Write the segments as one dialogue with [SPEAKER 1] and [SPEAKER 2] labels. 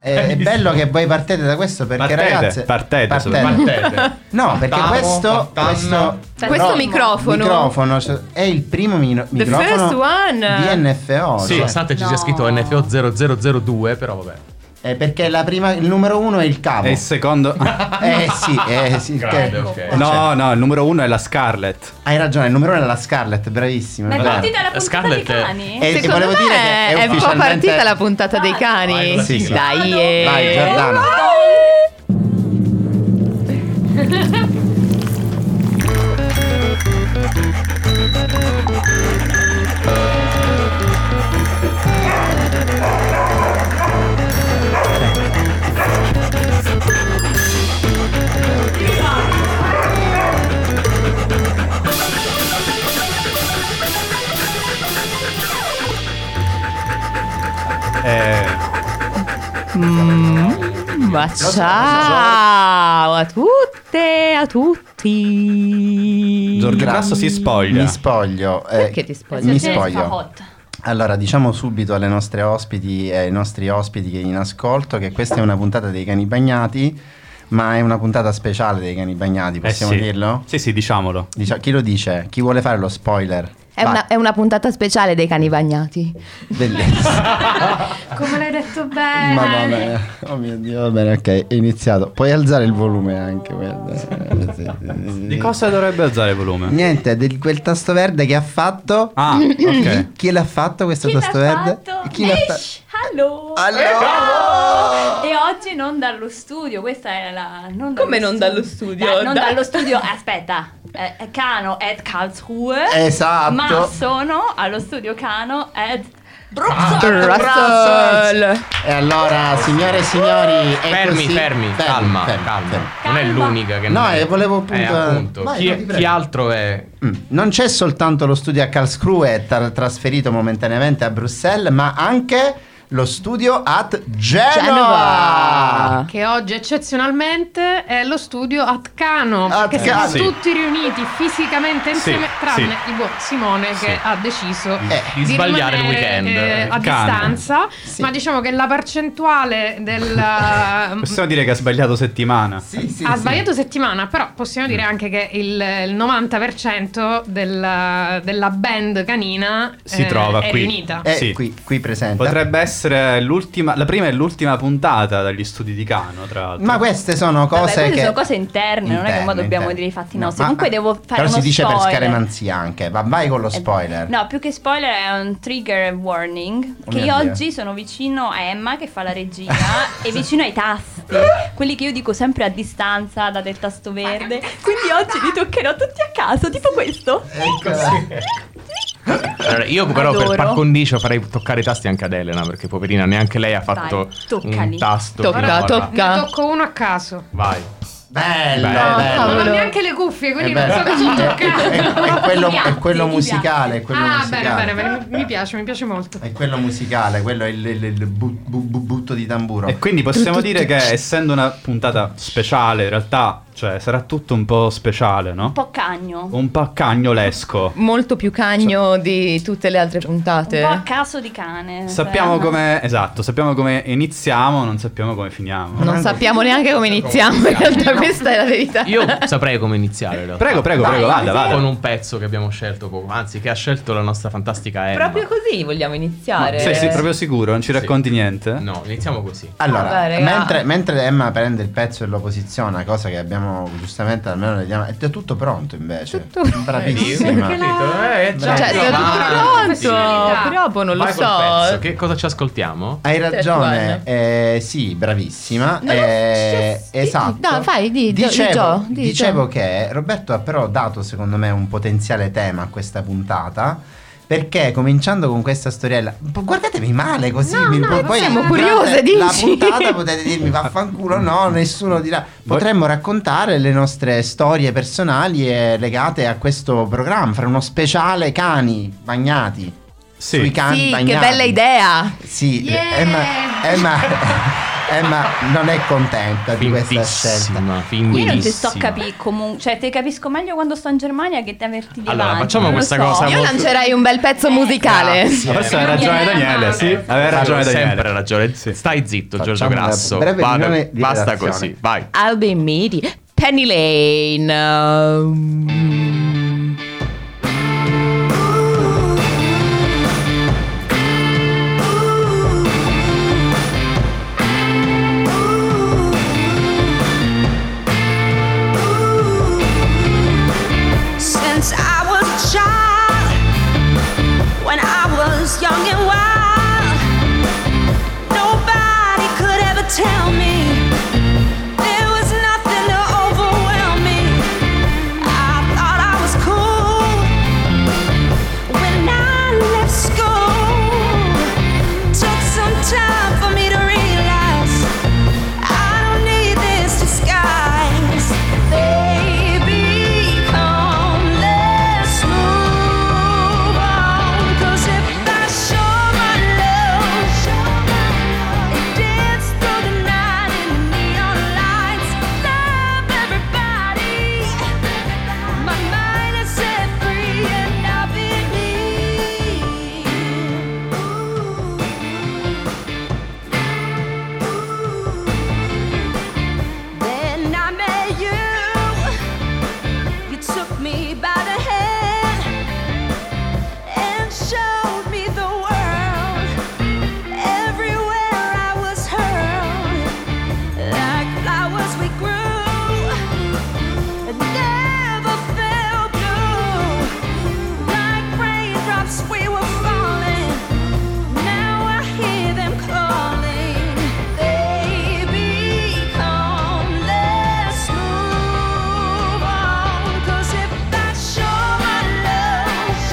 [SPEAKER 1] Eh, È, è bello che voi partete da questo perché
[SPEAKER 2] Partete,
[SPEAKER 1] ragazze
[SPEAKER 2] partete,
[SPEAKER 1] partete.
[SPEAKER 3] Partete.
[SPEAKER 1] No, perché
[SPEAKER 3] Partamo,
[SPEAKER 1] questo
[SPEAKER 3] partammo.
[SPEAKER 1] questo,
[SPEAKER 4] Questo microfono.
[SPEAKER 1] microfono, cioè, è il primo mino-
[SPEAKER 4] The first
[SPEAKER 1] microfono
[SPEAKER 4] one.
[SPEAKER 1] di NFO,
[SPEAKER 3] Sì, esatto.
[SPEAKER 1] cioè,
[SPEAKER 3] nonostante ci
[SPEAKER 5] No.
[SPEAKER 3] sia scritto NFO 0002, però vabbè.
[SPEAKER 1] è eh, perché la prima- il numero uno è il cavo.
[SPEAKER 2] E il secondo...
[SPEAKER 1] Eh sì, eh sì,
[SPEAKER 3] Grande,
[SPEAKER 1] che-
[SPEAKER 3] ok.
[SPEAKER 1] eh,
[SPEAKER 2] No,
[SPEAKER 1] cioè,
[SPEAKER 2] no, il numero uno è la Scarlett.
[SPEAKER 1] hai ragione, il numero uno è la Scarlett, bravissima.
[SPEAKER 5] Ma è
[SPEAKER 1] brava.
[SPEAKER 5] partita la puntata
[SPEAKER 3] Scarlett-
[SPEAKER 5] dei cani?
[SPEAKER 1] Eh,
[SPEAKER 4] Secondo
[SPEAKER 1] volevo
[SPEAKER 4] me
[SPEAKER 1] dire che è
[SPEAKER 4] è, un po'
[SPEAKER 1] ufficialmente-
[SPEAKER 4] partita la puntata dei
[SPEAKER 3] Vai,
[SPEAKER 4] cani.
[SPEAKER 3] vai,
[SPEAKER 1] sì, sì.
[SPEAKER 4] Dai, eh.
[SPEAKER 1] Vai Giordano.
[SPEAKER 2] Eh,
[SPEAKER 4] Ma ciao a tutte, a tutti.
[SPEAKER 2] Giorgio Grasso si spoglia.
[SPEAKER 1] Mi spoglio. eh,
[SPEAKER 4] Perché ti spogli?
[SPEAKER 1] Mi
[SPEAKER 5] Perché Cioè, fa
[SPEAKER 1] spoglio.
[SPEAKER 5] hot.
[SPEAKER 1] Allora, diciamo subito alle nostre ospiti e ai nostri ospiti che in ascolto che questa è una puntata dei cani bagnati, ma è una puntata speciale dei cani bagnati,
[SPEAKER 2] Eh
[SPEAKER 1] possiamo
[SPEAKER 2] sì.
[SPEAKER 1] dirlo?
[SPEAKER 2] Sì, sì, diciamolo.
[SPEAKER 1] Dicia- chi lo dice? Chi vuole fare lo spoiler?
[SPEAKER 4] È
[SPEAKER 1] Vai.
[SPEAKER 4] una, è una puntata speciale dei cani bagnati.
[SPEAKER 1] Bellissimo.
[SPEAKER 5] Come l'hai detto bene.
[SPEAKER 1] Madonna mia. Oh mio Dio, va bene, ok, è iniziato. Puoi alzare il volume anche, guarda. Eh, sì, sì, sì.
[SPEAKER 2] Di cosa dovrebbe alzare il volume?
[SPEAKER 1] Niente, del quel tasto verde che ha fatto.
[SPEAKER 2] Ah, ok.
[SPEAKER 1] Chi l'ha fatto questo
[SPEAKER 5] Chi l'ha
[SPEAKER 1] tasto verde?
[SPEAKER 5] fatto?
[SPEAKER 1] Chi l'ha fatto?
[SPEAKER 5] Esh, Hello. Eh,
[SPEAKER 1] Allora!
[SPEAKER 5] E oggi non dallo studio, questa è la... Non dallo
[SPEAKER 4] Come non dallo studio?
[SPEAKER 5] Da- non
[SPEAKER 4] Da-
[SPEAKER 5] dallo studio, aspetta. Eh, Cano ed Karlsruhe.
[SPEAKER 1] Esatto.
[SPEAKER 5] Ma sono allo studio Cano ed
[SPEAKER 1] Russell.
[SPEAKER 4] Russell.
[SPEAKER 1] E allora, signore e signori, è
[SPEAKER 3] Fermi,
[SPEAKER 1] così-
[SPEAKER 3] fermi, calma, calma. Non è
[SPEAKER 5] Calma.
[SPEAKER 3] l'unica che
[SPEAKER 1] No,
[SPEAKER 3] non è-
[SPEAKER 1] eh, volevo appunto-
[SPEAKER 3] Eh, appunto.
[SPEAKER 1] Vai,
[SPEAKER 3] chi,
[SPEAKER 1] no, ti prego.
[SPEAKER 3] chi altro è?
[SPEAKER 1] Mm. Non c'è soltanto lo studio a Karlsruhe tra- trasferito momentaneamente a Bruxelles, ma anche lo studio at Genova.
[SPEAKER 4] Genova.
[SPEAKER 6] Che oggi eccezionalmente è lo studio Atcano.
[SPEAKER 1] At
[SPEAKER 6] Che
[SPEAKER 1] Cano.
[SPEAKER 6] siamo
[SPEAKER 2] Sì.
[SPEAKER 6] tutti riuniti fisicamente
[SPEAKER 2] Sì,
[SPEAKER 6] insieme, tranne
[SPEAKER 2] sì.
[SPEAKER 6] il buon Simone che
[SPEAKER 2] Sì.
[SPEAKER 6] ha deciso
[SPEAKER 1] Eh,
[SPEAKER 3] Di sbagliare il
[SPEAKER 6] rimanere,
[SPEAKER 3] weekend.
[SPEAKER 6] eh, a
[SPEAKER 2] Cano.
[SPEAKER 6] distanza.
[SPEAKER 1] Sì.
[SPEAKER 6] Ma diciamo che la percentuale del. mm,
[SPEAKER 2] Possiamo dire che ha sbagliato settimana.
[SPEAKER 1] Sì, sì,
[SPEAKER 6] ha
[SPEAKER 1] sì.
[SPEAKER 6] sbagliato settimana, però possiamo dire anche che il, il 90% del- della band canina
[SPEAKER 2] Si
[SPEAKER 6] eh,
[SPEAKER 2] trova
[SPEAKER 6] è
[SPEAKER 2] qui.
[SPEAKER 6] riunita.
[SPEAKER 1] È
[SPEAKER 2] Sì.
[SPEAKER 1] Eh, qui, qui presente.
[SPEAKER 2] Potrebbe essere l'ultima, la prima e l'ultima puntata dagli studi di Cano, tra l'altro.
[SPEAKER 1] Ma queste sono cose
[SPEAKER 5] Vabbè, queste
[SPEAKER 1] che
[SPEAKER 5] sono cose interne, non è che mo dobbiamo
[SPEAKER 1] interne.
[SPEAKER 5] dire i fatti
[SPEAKER 1] No,
[SPEAKER 5] nostri.
[SPEAKER 1] ma- ah,
[SPEAKER 5] Comunque devo fare
[SPEAKER 1] Però si
[SPEAKER 5] uno
[SPEAKER 1] dice per
[SPEAKER 5] spoiler. Eh,
[SPEAKER 1] scaremanzia anche, ma vai con lo spoiler.
[SPEAKER 5] No, più che spoiler è un trigger warning.
[SPEAKER 1] Oh
[SPEAKER 5] che
[SPEAKER 1] mio
[SPEAKER 5] io
[SPEAKER 1] Dio.
[SPEAKER 5] oggi sono vicino a Emma che fa la regina e vicino ai tasti. Quelli che io dico sempre a distanza da del tasto verde. Quindi oggi li toccherò tutti a caso, tipo questo.
[SPEAKER 1] Eccola.
[SPEAKER 3] Allora, io però
[SPEAKER 4] Adoro.
[SPEAKER 3] per par condicio farei toccare i tasti anche ad Elena, perché poverina neanche lei ha fatto
[SPEAKER 5] Vai,
[SPEAKER 3] un
[SPEAKER 5] toccali.
[SPEAKER 3] tasto.
[SPEAKER 4] Tocca,
[SPEAKER 3] fino a-
[SPEAKER 4] tocca.
[SPEAKER 6] Ne tocco uno a caso.
[SPEAKER 3] Vai.
[SPEAKER 1] Bello,
[SPEAKER 3] Bello.
[SPEAKER 1] bello.
[SPEAKER 6] Non ho
[SPEAKER 4] Allora.
[SPEAKER 6] neanche le cuffie, quindi
[SPEAKER 1] Eh
[SPEAKER 6] non
[SPEAKER 1] beh. Eh,
[SPEAKER 6] so cosa toccare.
[SPEAKER 1] È, è quello, è
[SPEAKER 5] Piatti,
[SPEAKER 1] quello
[SPEAKER 5] di
[SPEAKER 1] musicale, è quello
[SPEAKER 6] Ah,
[SPEAKER 1] musicale.
[SPEAKER 6] bene, bene, bene, mi piace, mi piace molto.
[SPEAKER 1] È quello musicale, quello è il, il- il bu- bu- bu- butto di tamburo.
[SPEAKER 2] E quindi possiamo dire che, essendo una puntata speciale, in realtà, cioè, sarà tutto un po' speciale, no?
[SPEAKER 5] Un po' cagno.
[SPEAKER 2] Un po' cagnolesco.
[SPEAKER 4] Molto più cagno
[SPEAKER 1] Cioè.
[SPEAKER 4] di tutte le altre
[SPEAKER 5] Un po' a
[SPEAKER 4] puntate.
[SPEAKER 5] caso di
[SPEAKER 1] Eh,
[SPEAKER 5] cane.
[SPEAKER 2] Sappiamo
[SPEAKER 5] Cioè,
[SPEAKER 2] come. Esatto, sappiamo come iniziamo, non sappiamo come finiamo.
[SPEAKER 4] Non sappiamo neanche come iniziamo, in realtà questa è la verità.
[SPEAKER 3] Io saprei come iniziare in realtà.
[SPEAKER 2] Prego, prego, prego, vada, vada.
[SPEAKER 3] Con un pezzo che abbiamo scelto poco, anzi che ha scelto la nostra
[SPEAKER 1] Eh,
[SPEAKER 3] fantastica Emma.
[SPEAKER 4] Proprio così vogliamo iniziare.
[SPEAKER 2] Sei, sei proprio sicuro? Non ci racconti niente?
[SPEAKER 3] No, iniziamo così.
[SPEAKER 1] Allora,
[SPEAKER 4] Vabbè, raga.
[SPEAKER 1] mentre, mentre Emma prende il pezzo e lo posiziona, cosa che abbiamo giustamente almeno le diamo, è tutto pronto invece. Bravissima.
[SPEAKER 3] Capito? Eh, già
[SPEAKER 4] Cioè, sei tutto
[SPEAKER 3] avanti.
[SPEAKER 4] pronto, proprio non lo
[SPEAKER 3] Vai col
[SPEAKER 4] so.
[SPEAKER 3] pezzo, Che cosa ci ascoltiamo?
[SPEAKER 1] Hai
[SPEAKER 4] Tetuan.
[SPEAKER 1] ragione, eh, sì, bravissima.
[SPEAKER 4] No,
[SPEAKER 1] eh,
[SPEAKER 4] no, cioè, sì, sì,
[SPEAKER 1] esatto.
[SPEAKER 4] no, fai, di- di-
[SPEAKER 1] dicevo,
[SPEAKER 4] di Gio, di
[SPEAKER 1] dicevo
[SPEAKER 4] Gio.
[SPEAKER 1] che Roberto ha però dato secondo me un potenziale tema a questa puntata. Perché cominciando con questa storiella, po- guardatemi male così,
[SPEAKER 6] No,
[SPEAKER 1] mi,
[SPEAKER 6] no,
[SPEAKER 1] po- poi
[SPEAKER 4] siamo
[SPEAKER 1] durante
[SPEAKER 4] curiose,
[SPEAKER 1] La
[SPEAKER 4] dici?
[SPEAKER 1] puntata potete dirmi vaffanculo, no, nessuno dirà. Potremmo raccontare le nostre storie personali eh, legate a questo programma, fare uno speciale cani bagnati.
[SPEAKER 2] Sì.
[SPEAKER 1] Sui cani
[SPEAKER 4] Sì,
[SPEAKER 1] bagnati.
[SPEAKER 4] che bella idea.
[SPEAKER 1] Sì,
[SPEAKER 6] Yeah!
[SPEAKER 1] Emma, Emma, Emma non è contenta di questa scelta.
[SPEAKER 3] Fintissima,
[SPEAKER 5] Io
[SPEAKER 3] fintissima.
[SPEAKER 5] non ti sto capendo comunque, cioè te capisco meglio quando sto in Germania che te averti davanti.
[SPEAKER 3] Allora, facciamo
[SPEAKER 5] non lo
[SPEAKER 3] questa
[SPEAKER 5] so.
[SPEAKER 3] cosa
[SPEAKER 5] Io-
[SPEAKER 4] Io lancerei un bel pezzo musicale.
[SPEAKER 3] Grazie.
[SPEAKER 2] Ma forse aveva ragione Daniele, sì. Aveva ragione
[SPEAKER 3] Sempre
[SPEAKER 2] Daniele.
[SPEAKER 3] ragione.
[SPEAKER 2] Sì.
[SPEAKER 3] Stai zitto,
[SPEAKER 1] Facciamo
[SPEAKER 3] Giorgio
[SPEAKER 1] una
[SPEAKER 3] Grasso.
[SPEAKER 1] breve
[SPEAKER 3] Vado-
[SPEAKER 1] riunione di
[SPEAKER 3] basta
[SPEAKER 1] redazione.
[SPEAKER 3] così, vai.
[SPEAKER 4] I'll be meaty. Penny Lane. um,
[SPEAKER 7] since I was a child. When I was young and wild, nobody could ever tell me there was nothing to overwhelm me. I thought I was cool when I left school. Took some time for me to realize I don't need this disguise. They become less move on. 'Cause if I show my love, it dance through the night in the neon lights. Love everybody. My mind is set free and I'll be me. Then I met you. You took me by the hand and showed me the world. Everywhere I was hurled, like flowers we grew. And never felt blue. Like raindrops we were falling. Now I hear them calling. They become less move on. 'Cause if I show my love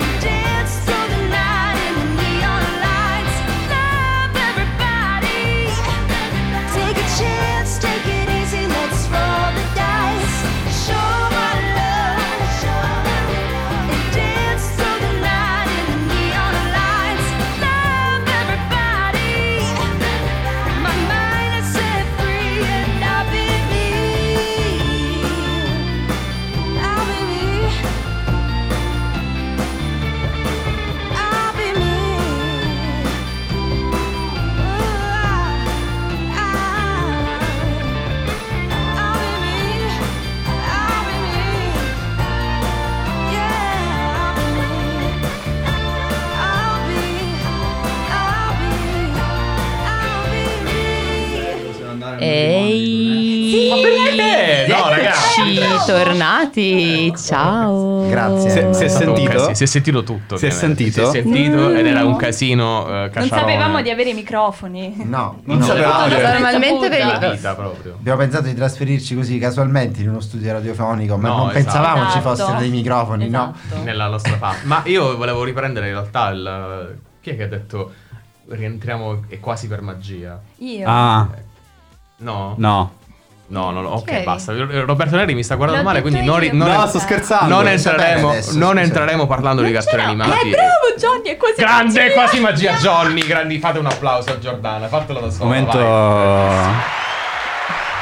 [SPEAKER 7] and dance through the night in the neon lights, love everybody. Take a chance, take it easy, let's roll the dice. Show my love and dance through the night in the neon lights. Love everybody. My mind is set free and I'll be me. I'll be me. I'll be me. Ooh, I, I, I'll ah. be me. I'll be me. Yeah, I'll be me. I'll be, I'll be, I'll be me.
[SPEAKER 4] Ehi.
[SPEAKER 3] perché? No,
[SPEAKER 4] Eccoci, tornati. Ciao.
[SPEAKER 1] Grazie.
[SPEAKER 2] Se- se-
[SPEAKER 3] È stato un
[SPEAKER 2] sentito?
[SPEAKER 3] casino. Si è sentito tutto.
[SPEAKER 2] Si è
[SPEAKER 3] ovviamente.
[SPEAKER 2] sentito?
[SPEAKER 3] Si è sentito ed era un casino. eh,
[SPEAKER 5] Mm. Non
[SPEAKER 3] cacciarone.
[SPEAKER 5] sapevamo di avere i microfoni.
[SPEAKER 1] No,
[SPEAKER 2] Non
[SPEAKER 1] no.
[SPEAKER 2] sapevo.
[SPEAKER 4] Normalmente ve
[SPEAKER 3] La
[SPEAKER 4] li...
[SPEAKER 3] vita proprio.
[SPEAKER 1] Abbiamo pensato di trasferirci così casualmente in uno studio radiofonico, ma
[SPEAKER 3] No,
[SPEAKER 1] non
[SPEAKER 3] esatto.
[SPEAKER 1] pensavamo ci
[SPEAKER 5] Esatto.
[SPEAKER 1] fossero dei microfoni, no?
[SPEAKER 5] Esatto.
[SPEAKER 3] Nella nostra parte. Ma io volevo riprendere in realtà il. Chi è che ha detto rientriamo è quasi per magia?
[SPEAKER 5] Io.
[SPEAKER 2] Ah,
[SPEAKER 3] No?
[SPEAKER 2] no.
[SPEAKER 3] No, no, no, ok,
[SPEAKER 6] Ok.
[SPEAKER 3] basta. Roberto Neri mi sta guardando
[SPEAKER 5] L'ho
[SPEAKER 3] male, quindi
[SPEAKER 5] detto
[SPEAKER 3] non,
[SPEAKER 5] io.
[SPEAKER 3] ri- non
[SPEAKER 2] no,
[SPEAKER 5] è-
[SPEAKER 2] sto scherzando.
[SPEAKER 3] non
[SPEAKER 1] è-
[SPEAKER 3] entreremo,
[SPEAKER 1] adesso,
[SPEAKER 3] non
[SPEAKER 1] scusa.
[SPEAKER 3] entreremo parlando di cartoni animati.
[SPEAKER 5] Eh, bravo Johnny, è quasi
[SPEAKER 3] Grande,
[SPEAKER 5] magia.
[SPEAKER 3] quasi magia, Johnny. Grandi, fate un applauso a Giordana. Fatelo da sola.
[SPEAKER 2] Momento.
[SPEAKER 3] Oh, vai.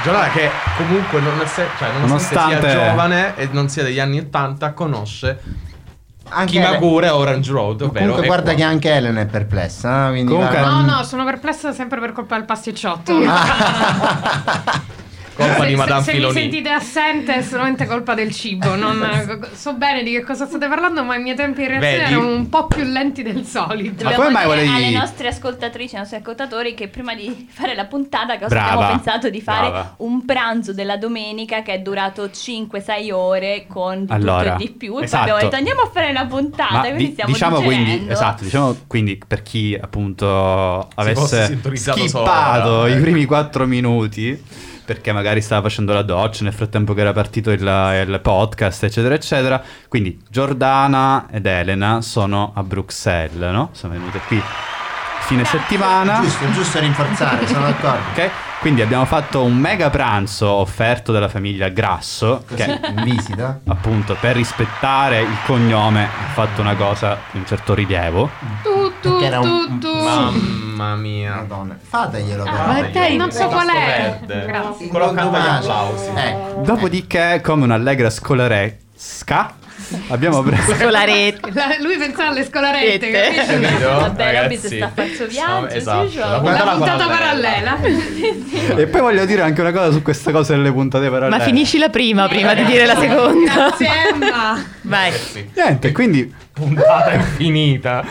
[SPEAKER 3] Giordana, che comunque, non è se- cioè, nonostante
[SPEAKER 2] Nonostante-
[SPEAKER 3] sia giovane e non sia degli anni 80, conosce
[SPEAKER 1] Anche
[SPEAKER 3] Kimagure e Orange Road. Ovvero
[SPEAKER 1] Comunque
[SPEAKER 3] è
[SPEAKER 1] guarda
[SPEAKER 3] qua.
[SPEAKER 1] che anche Elena è perplessa, eh, quindi
[SPEAKER 2] Comunque-
[SPEAKER 1] va-
[SPEAKER 6] No, no, sono perplessa sempre per colpa del pasticciotto.
[SPEAKER 1] Ah,
[SPEAKER 3] Colpa
[SPEAKER 6] Se-
[SPEAKER 3] di
[SPEAKER 6] se-
[SPEAKER 3] Madame
[SPEAKER 6] se,
[SPEAKER 3] Filoni.
[SPEAKER 6] mi sentite assente è solamente colpa del cibo. Non, so bene di che cosa state parlando, ma i miei tempi di reazione
[SPEAKER 3] Vedi?
[SPEAKER 6] erano un po' più lenti del solito.
[SPEAKER 2] Ma come
[SPEAKER 5] Dobbiamo
[SPEAKER 2] mai
[SPEAKER 5] dire
[SPEAKER 2] volevi-
[SPEAKER 5] alle nostre ascoltatrici, ai nostri ascoltatori che prima di fare la puntata cosa
[SPEAKER 2] Brava.
[SPEAKER 5] abbiamo pensato di fare
[SPEAKER 2] Brava.
[SPEAKER 5] un pranzo della domenica che è durato 5-6 ore con di
[SPEAKER 2] Allora,
[SPEAKER 5] tutto e di più e
[SPEAKER 2] esatto.
[SPEAKER 5] poi abbiamo detto andiamo a fare una puntata,
[SPEAKER 2] Ma
[SPEAKER 5] quindi
[SPEAKER 2] di-
[SPEAKER 5] stiamo
[SPEAKER 2] diciamo
[SPEAKER 5] digerendo.
[SPEAKER 2] quindi, esatto, diciamo quindi per chi appunto
[SPEAKER 3] fosse
[SPEAKER 2] avesse
[SPEAKER 3] sintonizzato
[SPEAKER 2] skippato
[SPEAKER 3] solo, eh.
[SPEAKER 2] i primi 4 minuti perché magari stava facendo la doccia nel frattempo che era partito il, il podcast eccetera eccetera quindi Giordana ed Elena sono a Bruxelles no? sono venute qui fine settimana.
[SPEAKER 1] Giusto, giusto rinforzare, sono d'accordo.
[SPEAKER 2] Ok? Quindi abbiamo fatto un mega pranzo offerto dalla famiglia Grasso,
[SPEAKER 1] Così,
[SPEAKER 2] che
[SPEAKER 1] in visita.
[SPEAKER 2] appunto per rispettare il cognome ha fatto una cosa di un certo rilievo.
[SPEAKER 6] Tu, tu,
[SPEAKER 1] Che era un-
[SPEAKER 6] tu, tu.
[SPEAKER 3] Mamma mia.
[SPEAKER 1] Madonna, fateglielo
[SPEAKER 3] Ah.
[SPEAKER 1] però.
[SPEAKER 6] Ma
[SPEAKER 3] Madonna,
[SPEAKER 6] dai, non so
[SPEAKER 3] il
[SPEAKER 6] qual è.
[SPEAKER 3] tasto verde.
[SPEAKER 6] Grazie.
[SPEAKER 1] Il
[SPEAKER 3] Quello accanto agli
[SPEAKER 1] condomani.
[SPEAKER 3] applausi.
[SPEAKER 2] Eh.
[SPEAKER 1] Ecco.
[SPEAKER 2] Dopodiché, come un'allegra scolaresca, abbiamo preso...
[SPEAKER 4] Con la rete.
[SPEAKER 6] La- lui pensava alle scolarette,
[SPEAKER 4] Tette.
[SPEAKER 6] capisci?
[SPEAKER 3] Capito?
[SPEAKER 5] Vabbè, Robby
[SPEAKER 3] Ragazzi.
[SPEAKER 5] si sta facendo il
[SPEAKER 3] Siamo-
[SPEAKER 5] viaggio,
[SPEAKER 3] esatto.
[SPEAKER 5] sì, Joe.
[SPEAKER 6] La
[SPEAKER 3] puntata
[SPEAKER 6] puntata parallela.
[SPEAKER 2] E poi voglio dire anche una cosa su questa cosa delle puntate parallele.
[SPEAKER 4] Ma finisci la prima prima di dire la seconda.
[SPEAKER 6] Grazie, Emma.
[SPEAKER 4] Vai.
[SPEAKER 3] Sì.
[SPEAKER 2] Niente, quindi
[SPEAKER 3] Puntata infinita.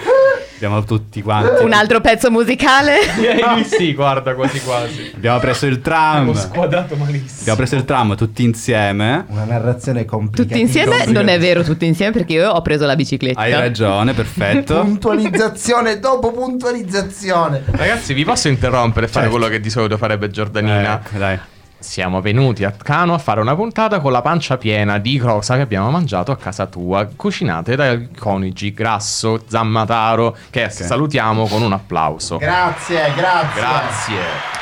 [SPEAKER 2] abbiamo tutti quanti.
[SPEAKER 4] Un altro pezzo musicale.
[SPEAKER 3] Direi di Eh, sì, guarda, quasi quasi.
[SPEAKER 2] Abbiamo preso il
[SPEAKER 3] Ho
[SPEAKER 2] tram.
[SPEAKER 3] squadrato malissimo.
[SPEAKER 2] Abbiamo preso il tram tutti insieme.
[SPEAKER 1] Una narrazione complicata.
[SPEAKER 4] Tutti insieme? Non è vero, tutti insieme perché io ho preso la bicicletta.
[SPEAKER 2] Hai ragione, perfetto.
[SPEAKER 1] Puntualizzazione dopo puntualizzazione.
[SPEAKER 3] Ragazzi, vi posso interrompere e fare
[SPEAKER 2] Certo.
[SPEAKER 3] quello che di solito farebbe Giordanina?
[SPEAKER 2] Ecco, dai.
[SPEAKER 3] Siamo venuti a Cano a fare una puntata con la pancia piena di cosa che abbiamo mangiato a casa tua, cucinate dai coniugi Grasso, Zammataro, che salutiamo con un applauso.
[SPEAKER 1] Grazie, grazie.
[SPEAKER 3] Grazie.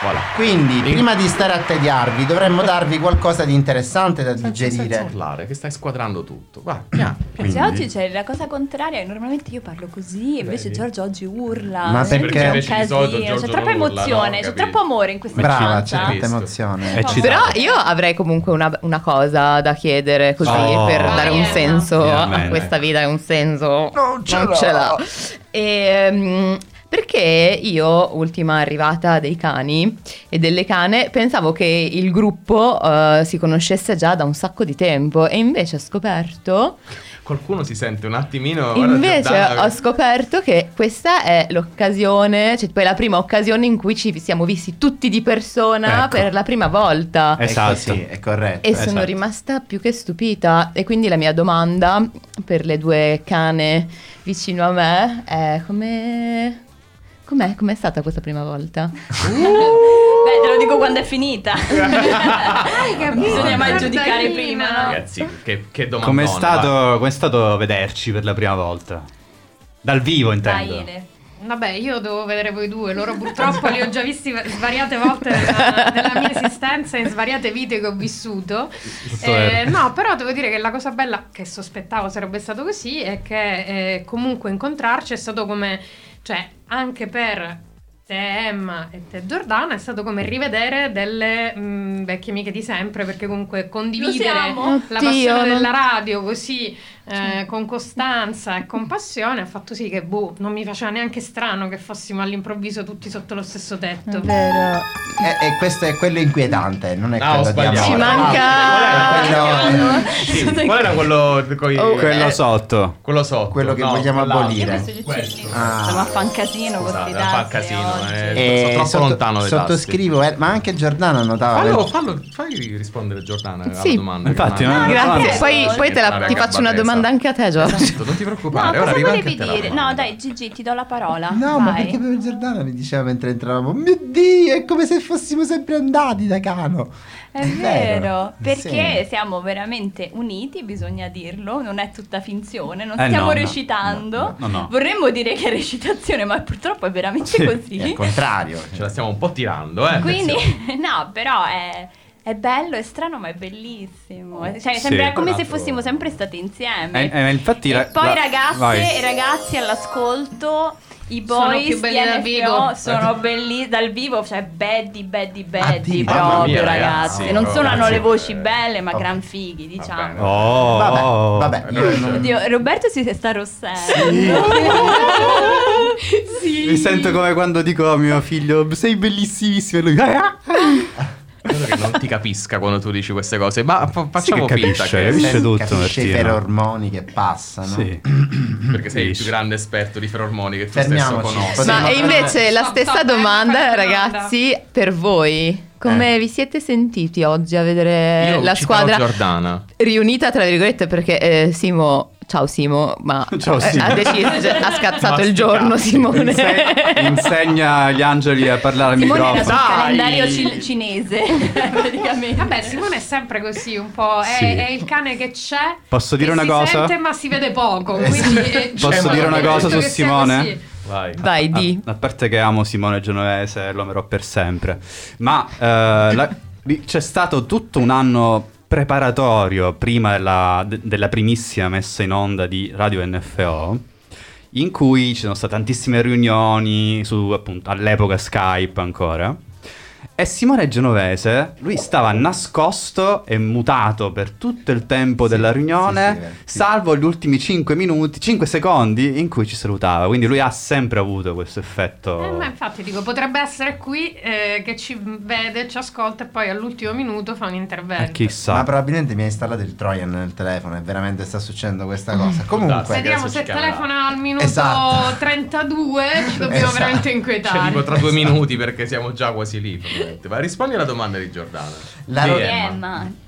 [SPEAKER 3] Voilà.
[SPEAKER 1] Quindi, prima di stare a tediarvi, dovremmo darvi qualcosa di interessante da
[SPEAKER 3] Senza, senza
[SPEAKER 1] digerire.
[SPEAKER 3] urlare, che stai squadrando tutto. Guarda, piano.
[SPEAKER 5] Cioè, oggi c'è la cosa contraria, normalmente io parlo così e invece Giorgio oggi urla.
[SPEAKER 1] Ma perché?
[SPEAKER 5] È un
[SPEAKER 1] Invece
[SPEAKER 3] di solito
[SPEAKER 5] casino,
[SPEAKER 3] Giorgio
[SPEAKER 5] c'è troppa
[SPEAKER 3] non urla,
[SPEAKER 5] emozione,
[SPEAKER 3] no?
[SPEAKER 5] c'è
[SPEAKER 3] Capito?
[SPEAKER 5] troppo amore in questa
[SPEAKER 1] Brava, c'è
[SPEAKER 5] stanza.
[SPEAKER 1] tanta
[SPEAKER 3] Visto.
[SPEAKER 1] emozione.
[SPEAKER 3] Eh,
[SPEAKER 2] È ci-
[SPEAKER 4] Però io avrei comunque una, una cosa da chiedere così
[SPEAKER 2] Oh.
[SPEAKER 4] per dare un
[SPEAKER 6] Arianna.
[SPEAKER 4] senso
[SPEAKER 2] Finalmente.
[SPEAKER 4] a questa vita, un senso.
[SPEAKER 1] Non ce l'ho.
[SPEAKER 4] l'ho. Ehm, perché io, ultima arrivata dei cani e delle cane, pensavo che il gruppo eh, si conoscesse già da un sacco di tempo e invece ho scoperto
[SPEAKER 3] Qualcuno si sente un attimino. guarda,
[SPEAKER 4] Invece
[SPEAKER 3] Giordana-
[SPEAKER 4] ho scoperto che questa è l'occasione, cioè poi la prima occasione in cui ci siamo visti tutti di persona
[SPEAKER 2] Ecco.
[SPEAKER 4] per la prima volta.
[SPEAKER 1] È
[SPEAKER 2] Esatto.
[SPEAKER 1] così, è corretto.
[SPEAKER 4] E sono
[SPEAKER 2] esatto.
[SPEAKER 4] rimasta più che stupita. E quindi la mia domanda per le due cane vicino a me è come... Com'è, com'è stata questa prima volta?
[SPEAKER 5] Beh, te lo dico quando è finita. Bisogna mai
[SPEAKER 6] Guarda,
[SPEAKER 5] giudicare
[SPEAKER 6] Nina.
[SPEAKER 5] prima, no?
[SPEAKER 3] Ragazzi, che, che domanda.
[SPEAKER 2] Com'è stato, com'è stato vederci per la prima volta? Dal vivo
[SPEAKER 5] Dai,
[SPEAKER 2] intendo.
[SPEAKER 5] Ele.
[SPEAKER 6] Vabbè, io devo vedere voi due, loro purtroppo li ho già visti svariate volte nella, nella mia esistenza, in svariate vite che ho vissuto.
[SPEAKER 2] Tutto
[SPEAKER 6] Eh,
[SPEAKER 2] vero.
[SPEAKER 6] no, però devo dire che la cosa bella che sospettavo sarebbe stato così è che eh, comunque incontrarci è stato come, cioè anche per te Emma e te Giordana è stato come rivedere delle mh, vecchie amiche di sempre perché comunque condividere
[SPEAKER 5] siamo.
[SPEAKER 6] la
[SPEAKER 4] Oddio,
[SPEAKER 6] passione
[SPEAKER 4] non-
[SPEAKER 6] della radio così eh, con costanza e con passione ha fatto sì che boh, non mi faceva neanche strano che fossimo all'improvviso tutti sotto lo stesso
[SPEAKER 4] Eh,
[SPEAKER 6] tetto.
[SPEAKER 4] Vero.
[SPEAKER 1] E, e Eh, questo è quello inquietante, non è
[SPEAKER 3] No,
[SPEAKER 1] quello di amore.
[SPEAKER 3] sbagliato.
[SPEAKER 4] Ci manca...
[SPEAKER 1] Quello-
[SPEAKER 4] Giordano.
[SPEAKER 3] Sì, qual era quello coi-
[SPEAKER 4] Oh,
[SPEAKER 5] Eh,
[SPEAKER 2] Quello sotto.
[SPEAKER 3] quello sotto?
[SPEAKER 1] quello che
[SPEAKER 3] No,
[SPEAKER 1] vogliamo
[SPEAKER 3] quell'altro.
[SPEAKER 5] Io
[SPEAKER 1] abolire.
[SPEAKER 5] penso gli uccellini.
[SPEAKER 1] Ah.
[SPEAKER 5] Ma fa un casino
[SPEAKER 3] Scusate,
[SPEAKER 5] questi
[SPEAKER 3] ma fa un
[SPEAKER 5] tasti
[SPEAKER 3] casino,
[SPEAKER 5] oggi.
[SPEAKER 3] eh.
[SPEAKER 1] E
[SPEAKER 3] Sono troppo lontano dai tasti.
[SPEAKER 1] Sottoscrivo, eh, ma anche Giordana notava.
[SPEAKER 3] Fallo, fallo, fai rispondere Giordana alla
[SPEAKER 4] Sì.
[SPEAKER 3] domanda.
[SPEAKER 2] Infatti,
[SPEAKER 3] Giordana.
[SPEAKER 2] no, Grazie.
[SPEAKER 4] Grazie. Poi, poi te la-
[SPEAKER 3] Una
[SPEAKER 4] ti
[SPEAKER 3] raga
[SPEAKER 4] faccio una
[SPEAKER 3] battesa.
[SPEAKER 4] domanda anche a te, Giorgio.
[SPEAKER 3] Esatto, non ti
[SPEAKER 5] No,
[SPEAKER 3] preoccupare. ora
[SPEAKER 5] cosa
[SPEAKER 3] arriva anche
[SPEAKER 5] volevi
[SPEAKER 3] te la
[SPEAKER 5] dire?
[SPEAKER 3] domanda.
[SPEAKER 5] No, dai, Gigi, ti do la parola.
[SPEAKER 1] No, ma
[SPEAKER 5] Vai.
[SPEAKER 1] perché per Giordana mi diceva mentre entravamo: Mio Dio, è come se fossimo sempre andati da cano.
[SPEAKER 5] È vero, perché
[SPEAKER 1] Sì.
[SPEAKER 5] siamo veramente uniti, bisogna dirlo, non è tutta finzione, non
[SPEAKER 2] Eh,
[SPEAKER 5] stiamo
[SPEAKER 2] no, no,
[SPEAKER 5] recitando.
[SPEAKER 2] no, no, no.
[SPEAKER 5] Vorremmo dire che è recitazione, ma purtroppo è veramente
[SPEAKER 1] È
[SPEAKER 5] così.
[SPEAKER 1] il contrario.
[SPEAKER 3] Ce la stiamo un po' tirando, eh.
[SPEAKER 5] Quindi,
[SPEAKER 3] attenzione.
[SPEAKER 5] no, però è, è bello, è strano, ma è bellissimo. Cioè,
[SPEAKER 2] Sì.
[SPEAKER 5] sembra come se
[SPEAKER 2] Tra l'altro-
[SPEAKER 5] fossimo sempre stati
[SPEAKER 2] Eh,
[SPEAKER 5] insieme.
[SPEAKER 2] eh, infatti,
[SPEAKER 5] e
[SPEAKER 2] ra-
[SPEAKER 5] poi
[SPEAKER 2] va-
[SPEAKER 5] ragazze
[SPEAKER 2] vai.
[SPEAKER 5] e ragazzi all'ascolto, i
[SPEAKER 6] Sono
[SPEAKER 5] boys
[SPEAKER 6] più belli
[SPEAKER 5] di
[SPEAKER 6] dal
[SPEAKER 5] NFO
[SPEAKER 6] vivo.
[SPEAKER 5] sono belli dal vivo, cioè beddi, beddi, beddi,
[SPEAKER 1] Addio.
[SPEAKER 3] Mamma mia,
[SPEAKER 5] proprio
[SPEAKER 3] ragazzi.
[SPEAKER 5] ragazzi. Non
[SPEAKER 3] Oh,
[SPEAKER 5] solo hanno
[SPEAKER 3] ragazzi.
[SPEAKER 5] le voci belle, ma
[SPEAKER 1] Vabbè.
[SPEAKER 5] gran fighi, diciamo.
[SPEAKER 3] bene.
[SPEAKER 2] Oh,
[SPEAKER 1] vabbè,
[SPEAKER 2] oh.
[SPEAKER 1] vabbè. io non-
[SPEAKER 5] Oddio, Roberto si sta rossendo.
[SPEAKER 2] Mi sento come quando dico a mio figlio: Sei bellissimissimo. E lui. "Ah, ah".
[SPEAKER 3] Credo che non ti capisca quando tu dici queste cose, ma fa- facciamo
[SPEAKER 2] che
[SPEAKER 3] finta
[SPEAKER 2] capisce, eh,
[SPEAKER 3] che
[SPEAKER 2] capisce.
[SPEAKER 1] Sen-
[SPEAKER 2] tutto,
[SPEAKER 1] capisce i
[SPEAKER 2] Martino.
[SPEAKER 1] ferormoni che passano.
[SPEAKER 2] Sì.
[SPEAKER 3] perché sei il più
[SPEAKER 2] Capisce.
[SPEAKER 3] grande esperto di ferormoni che tu
[SPEAKER 1] Fermiamoci.
[SPEAKER 3] stesso conosci.
[SPEAKER 1] Potremmo
[SPEAKER 4] Ma e
[SPEAKER 1] fare-
[SPEAKER 4] invece la
[SPEAKER 6] Stop,
[SPEAKER 4] stessa
[SPEAKER 6] stop, eh,
[SPEAKER 4] domanda,
[SPEAKER 6] fai la domanda.
[SPEAKER 4] ragazzi, per voi. Come
[SPEAKER 2] Eh.
[SPEAKER 4] vi siete sentiti oggi a vedere
[SPEAKER 3] Io
[SPEAKER 4] la
[SPEAKER 3] ci farò
[SPEAKER 4] squadra
[SPEAKER 3] Giordana.
[SPEAKER 4] riunita, tra virgolette, perché eh, Simo, ciao Simo, ma
[SPEAKER 2] Ciao,
[SPEAKER 4] eh,
[SPEAKER 2] Simo.
[SPEAKER 4] ha deciso, cioè, ha scazzato
[SPEAKER 3] Masticati.
[SPEAKER 4] il giorno Simone.
[SPEAKER 2] Inse- insegna gli angeli a parlare al
[SPEAKER 5] Simone era sul
[SPEAKER 2] microfono.
[SPEAKER 5] calendario cil- cinese, praticamente.
[SPEAKER 6] Vabbè, Simone è sempre così un po', è,
[SPEAKER 2] Sì.
[SPEAKER 6] è il cane che c'è.
[SPEAKER 2] Posso
[SPEAKER 6] che
[SPEAKER 2] dire una
[SPEAKER 6] si
[SPEAKER 2] cosa? Esatto.
[SPEAKER 6] sente ma si vede poco. Quindi, eh,
[SPEAKER 2] Posso
[SPEAKER 6] cioè,
[SPEAKER 2] dire una
[SPEAKER 6] è
[SPEAKER 2] cosa
[SPEAKER 6] giusto
[SPEAKER 2] su
[SPEAKER 6] che sia
[SPEAKER 2] Simone?
[SPEAKER 6] così. Eh,
[SPEAKER 2] Vai,
[SPEAKER 4] Vai,
[SPEAKER 2] Ah,
[SPEAKER 4] di.
[SPEAKER 2] A, parte che amo Simone Genovese e lo amerò per sempre. Ma eh, la- lì c'è stato tutto un anno preparatorio prima della, de- della primissima messa in onda di Radio NFO. In cui ci sono state tantissime riunioni su appunto all'epoca Skype ancora. E Simone Genovese, lui stava nascosto e mutato per tutto il tempo
[SPEAKER 1] Sì,
[SPEAKER 2] della
[SPEAKER 1] sì,
[SPEAKER 2] riunione,
[SPEAKER 1] sì, vero. Sì.
[SPEAKER 2] salvo gli ultimi 5 minuti, 5 secondi in cui ci salutava. Quindi lui ha sempre avuto questo effetto.
[SPEAKER 6] Eh, ma infatti dico, potrebbe essere qui eh, che ci vede, ci ascolta e poi all'ultimo minuto fa un
[SPEAKER 2] Eh,
[SPEAKER 6] intervento.
[SPEAKER 2] chissà.
[SPEAKER 1] Ma probabilmente mi ha installato il Trojan nel telefono e veramente sta succedendo questa cosa.
[SPEAKER 2] Mm.
[SPEAKER 3] darsi.
[SPEAKER 1] Comunque,
[SPEAKER 6] Vediamo
[SPEAKER 3] Ragazzi,
[SPEAKER 6] se
[SPEAKER 3] ci chiamerà.
[SPEAKER 6] telefona al minuto
[SPEAKER 1] Esatto.
[SPEAKER 6] 32, ci dobbiamo
[SPEAKER 1] Esatto.
[SPEAKER 6] veramente
[SPEAKER 3] Cioè,
[SPEAKER 6] inquietare.
[SPEAKER 3] tipo tra due minuti perché siamo già quasi lì. probabilmente. Ma rispondi alla domanda di Giordana.
[SPEAKER 1] La-
[SPEAKER 3] Di
[SPEAKER 1] Sì,
[SPEAKER 3] Emma.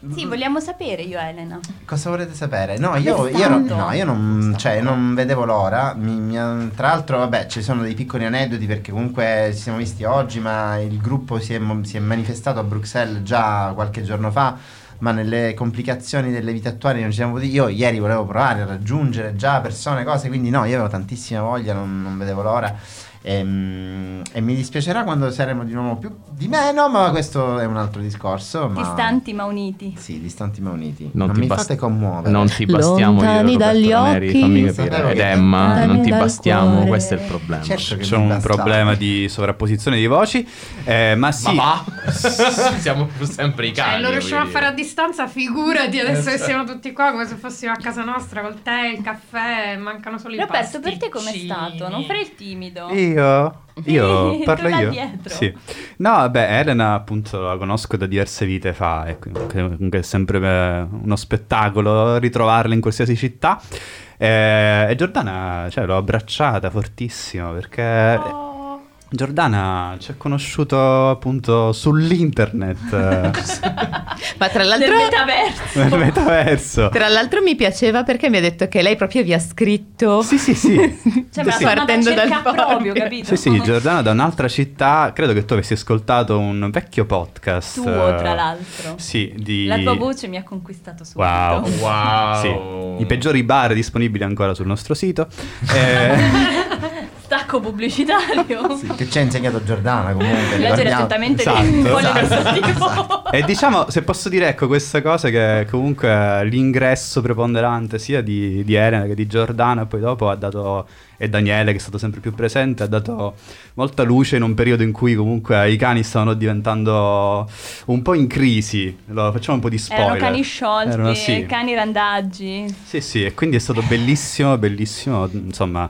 [SPEAKER 5] Emma. Sì, vogliamo sapere io, Elena.
[SPEAKER 1] cosa volete sapere? No, io,
[SPEAKER 5] Quest'anno.
[SPEAKER 1] io ero- no, io non,
[SPEAKER 5] Quest'anno.
[SPEAKER 1] cioè, non vedevo l'ora. Mi- mi- tra l'altro, vabbè, ci sono dei piccoli aneddoti perché comunque ci siamo visti oggi, ma il gruppo si è, mo- si è manifestato a Bruxelles già qualche giorno fa. Ma nelle complicazioni delle vite attuali non ci siamo potuti. Io ieri volevo provare a raggiungere già persone, cose, quindi no, io avevo tantissima voglia, non- non vedevo l'ora. Ehm, E, mi dispiacerà quando saremo di nuovo più di meno, ma questo è un altro discorso. Ma...
[SPEAKER 5] Distanti ma uniti.
[SPEAKER 1] Sì, distanti ma uniti.
[SPEAKER 3] Non
[SPEAKER 1] Non,
[SPEAKER 3] ti
[SPEAKER 1] mi
[SPEAKER 3] bast-
[SPEAKER 1] fate commuovere.
[SPEAKER 3] Non ti bastiamo dire
[SPEAKER 4] Lontani
[SPEAKER 3] Roberto
[SPEAKER 4] dagli
[SPEAKER 3] Neri,
[SPEAKER 4] occhi,
[SPEAKER 3] fammi
[SPEAKER 1] sapevo
[SPEAKER 3] capire. Ed
[SPEAKER 1] che-
[SPEAKER 3] Emma, non
[SPEAKER 4] lontani
[SPEAKER 3] ti
[SPEAKER 4] dal
[SPEAKER 3] bastiamo,
[SPEAKER 4] cuore.
[SPEAKER 3] questo è il problema.
[SPEAKER 1] Certo che
[SPEAKER 2] C'è
[SPEAKER 1] mi
[SPEAKER 2] un
[SPEAKER 1] bastava.
[SPEAKER 2] problema di sovrapposizione di voci. Eh, ma sì.
[SPEAKER 3] Ma va, siamo pur sempre i cani.
[SPEAKER 6] Cioè, lo riusciamo a
[SPEAKER 3] voglio
[SPEAKER 6] fare a
[SPEAKER 3] dire. Esatto.
[SPEAKER 6] distanza, figurati adesso che siamo tutti qua come se fossimo a casa nostra col tè, il caffè, mancano solo i
[SPEAKER 5] Roberto, per te com'è
[SPEAKER 6] pasticcini.
[SPEAKER 5] stato? Non fare il timido.
[SPEAKER 2] Io? Io
[SPEAKER 5] Sì,
[SPEAKER 2] parlo
[SPEAKER 5] tu là
[SPEAKER 2] io.
[SPEAKER 5] dietro.
[SPEAKER 2] Sì. No, beh, Elena appunto la conosco da diverse vite fa, e quindi comunque è sempre eh, uno spettacolo ritrovarla in qualsiasi città. Eh, E Giordana, cioè, l'ho abbracciata fortissimo perché Giordana ci ha conosciuto appunto sull'internet, eh,
[SPEAKER 4] Ma tra
[SPEAKER 5] Del
[SPEAKER 4] l'altro...
[SPEAKER 5] metaverso.
[SPEAKER 2] nel metaverso.
[SPEAKER 4] Tra l'altro mi piaceva perché mi ha detto che lei proprio vi ha scritto.
[SPEAKER 2] Sì, sì, sì.
[SPEAKER 5] Cioè, me la
[SPEAKER 2] Sì, sì.
[SPEAKER 5] sono andata a
[SPEAKER 4] Partendo dal
[SPEAKER 5] cercare proprio,
[SPEAKER 4] proprio.
[SPEAKER 5] capito?
[SPEAKER 2] Sì, sì, Giordana da un'altra città, credo che tu avessi ascoltato un vecchio podcast.
[SPEAKER 5] Tuo, tra
[SPEAKER 2] eh,
[SPEAKER 5] l'altro.
[SPEAKER 2] Sì, di...
[SPEAKER 5] La tua voce mi ha conquistato subito.
[SPEAKER 2] Wow.
[SPEAKER 3] Wow.
[SPEAKER 2] Sì, i peggiori bar disponibili ancora sul nostro sito. Eh,
[SPEAKER 5] Stacco pubblicitario.
[SPEAKER 1] Sì, che ci ha insegnato Giordana comunque.
[SPEAKER 5] Leggere
[SPEAKER 1] ricordiamo.
[SPEAKER 5] attentamente
[SPEAKER 2] Esatto,
[SPEAKER 5] il foglio
[SPEAKER 1] esatto,
[SPEAKER 5] versativo.
[SPEAKER 2] e diciamo, se posso dire, ecco, questa cosa che comunque l'ingresso preponderante sia di, di Elena che di Giordana, poi dopo ha dato, e Daniele che è stato sempre più presente, ha dato molta luce in un periodo in cui comunque i cani stavano diventando un po' in crisi. Lo- facciamo un po' di spoiler.
[SPEAKER 5] Erano cani sciolti,
[SPEAKER 2] Erano- sì.
[SPEAKER 5] cani randaggi.
[SPEAKER 2] Sì, sì, e quindi è stato bellissimo, bellissimo, insomma,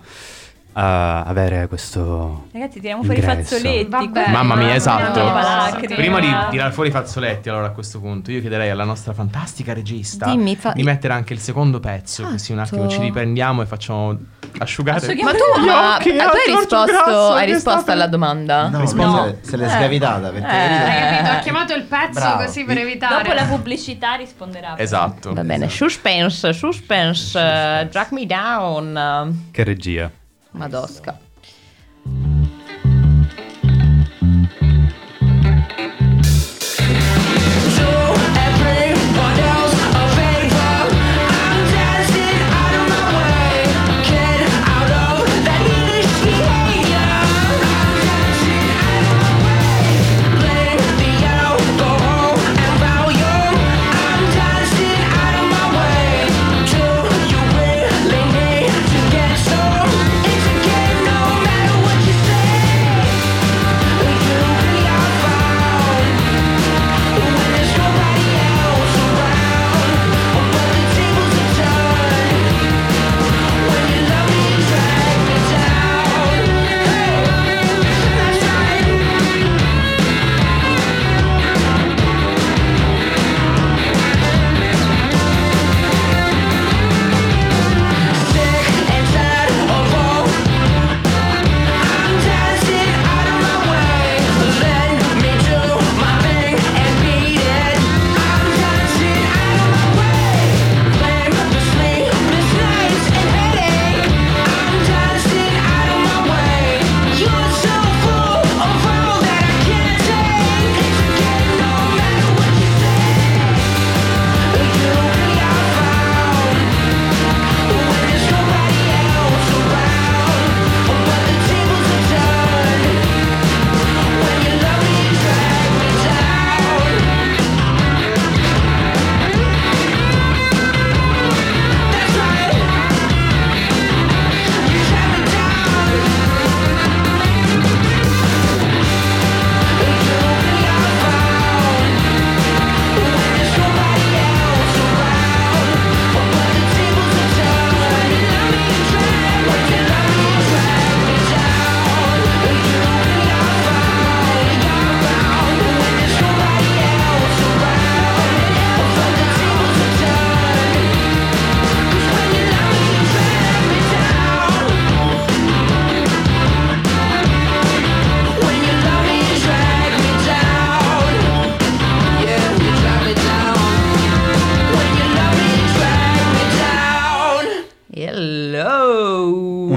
[SPEAKER 2] eh, avere questo...
[SPEAKER 5] Ragazzi, tiriamo fuori i
[SPEAKER 2] Ingresso.
[SPEAKER 5] fazzoletti.
[SPEAKER 6] Vabbè.
[SPEAKER 5] qua.
[SPEAKER 3] Mamma mia,
[SPEAKER 5] Tutte le
[SPEAKER 3] esatto.
[SPEAKER 5] palacche,
[SPEAKER 3] Prima di
[SPEAKER 5] tutte le-
[SPEAKER 3] tirare fuori i fazzoletti, allora a questo punto, io chiederei alla nostra fantastica regista
[SPEAKER 4] Dimmi, fa-
[SPEAKER 3] di mettere anche il secondo pezzo, così un attimo
[SPEAKER 4] Esatto.
[SPEAKER 3] ci riprendiamo e facciamo asciugare.
[SPEAKER 5] Asciughiamo-
[SPEAKER 4] Ma tu, ma,
[SPEAKER 2] occhi,
[SPEAKER 4] ma
[SPEAKER 2] a
[SPEAKER 4] tu hai
[SPEAKER 2] Giorgio
[SPEAKER 4] risposto,
[SPEAKER 2] Grasso,
[SPEAKER 4] hai
[SPEAKER 2] che
[SPEAKER 4] risposto
[SPEAKER 2] sta-
[SPEAKER 4] alla domanda?
[SPEAKER 1] No,
[SPEAKER 2] Rispondo-
[SPEAKER 1] se l'è- se l'è
[SPEAKER 4] Eh.
[SPEAKER 1] sgravitata perché
[SPEAKER 6] Hai
[SPEAKER 1] capito?
[SPEAKER 6] capito? Ho chiamato il pezzo
[SPEAKER 1] Bravo.
[SPEAKER 6] così per
[SPEAKER 1] Dopo
[SPEAKER 6] evitare.
[SPEAKER 5] Dopo la pubblicità risponderà.
[SPEAKER 3] Esatto.
[SPEAKER 4] Va bene, suspense, suspense, eh, drag me down.
[SPEAKER 2] Che regia.
[SPEAKER 4] Madosca.
[SPEAKER 7] It's a game, no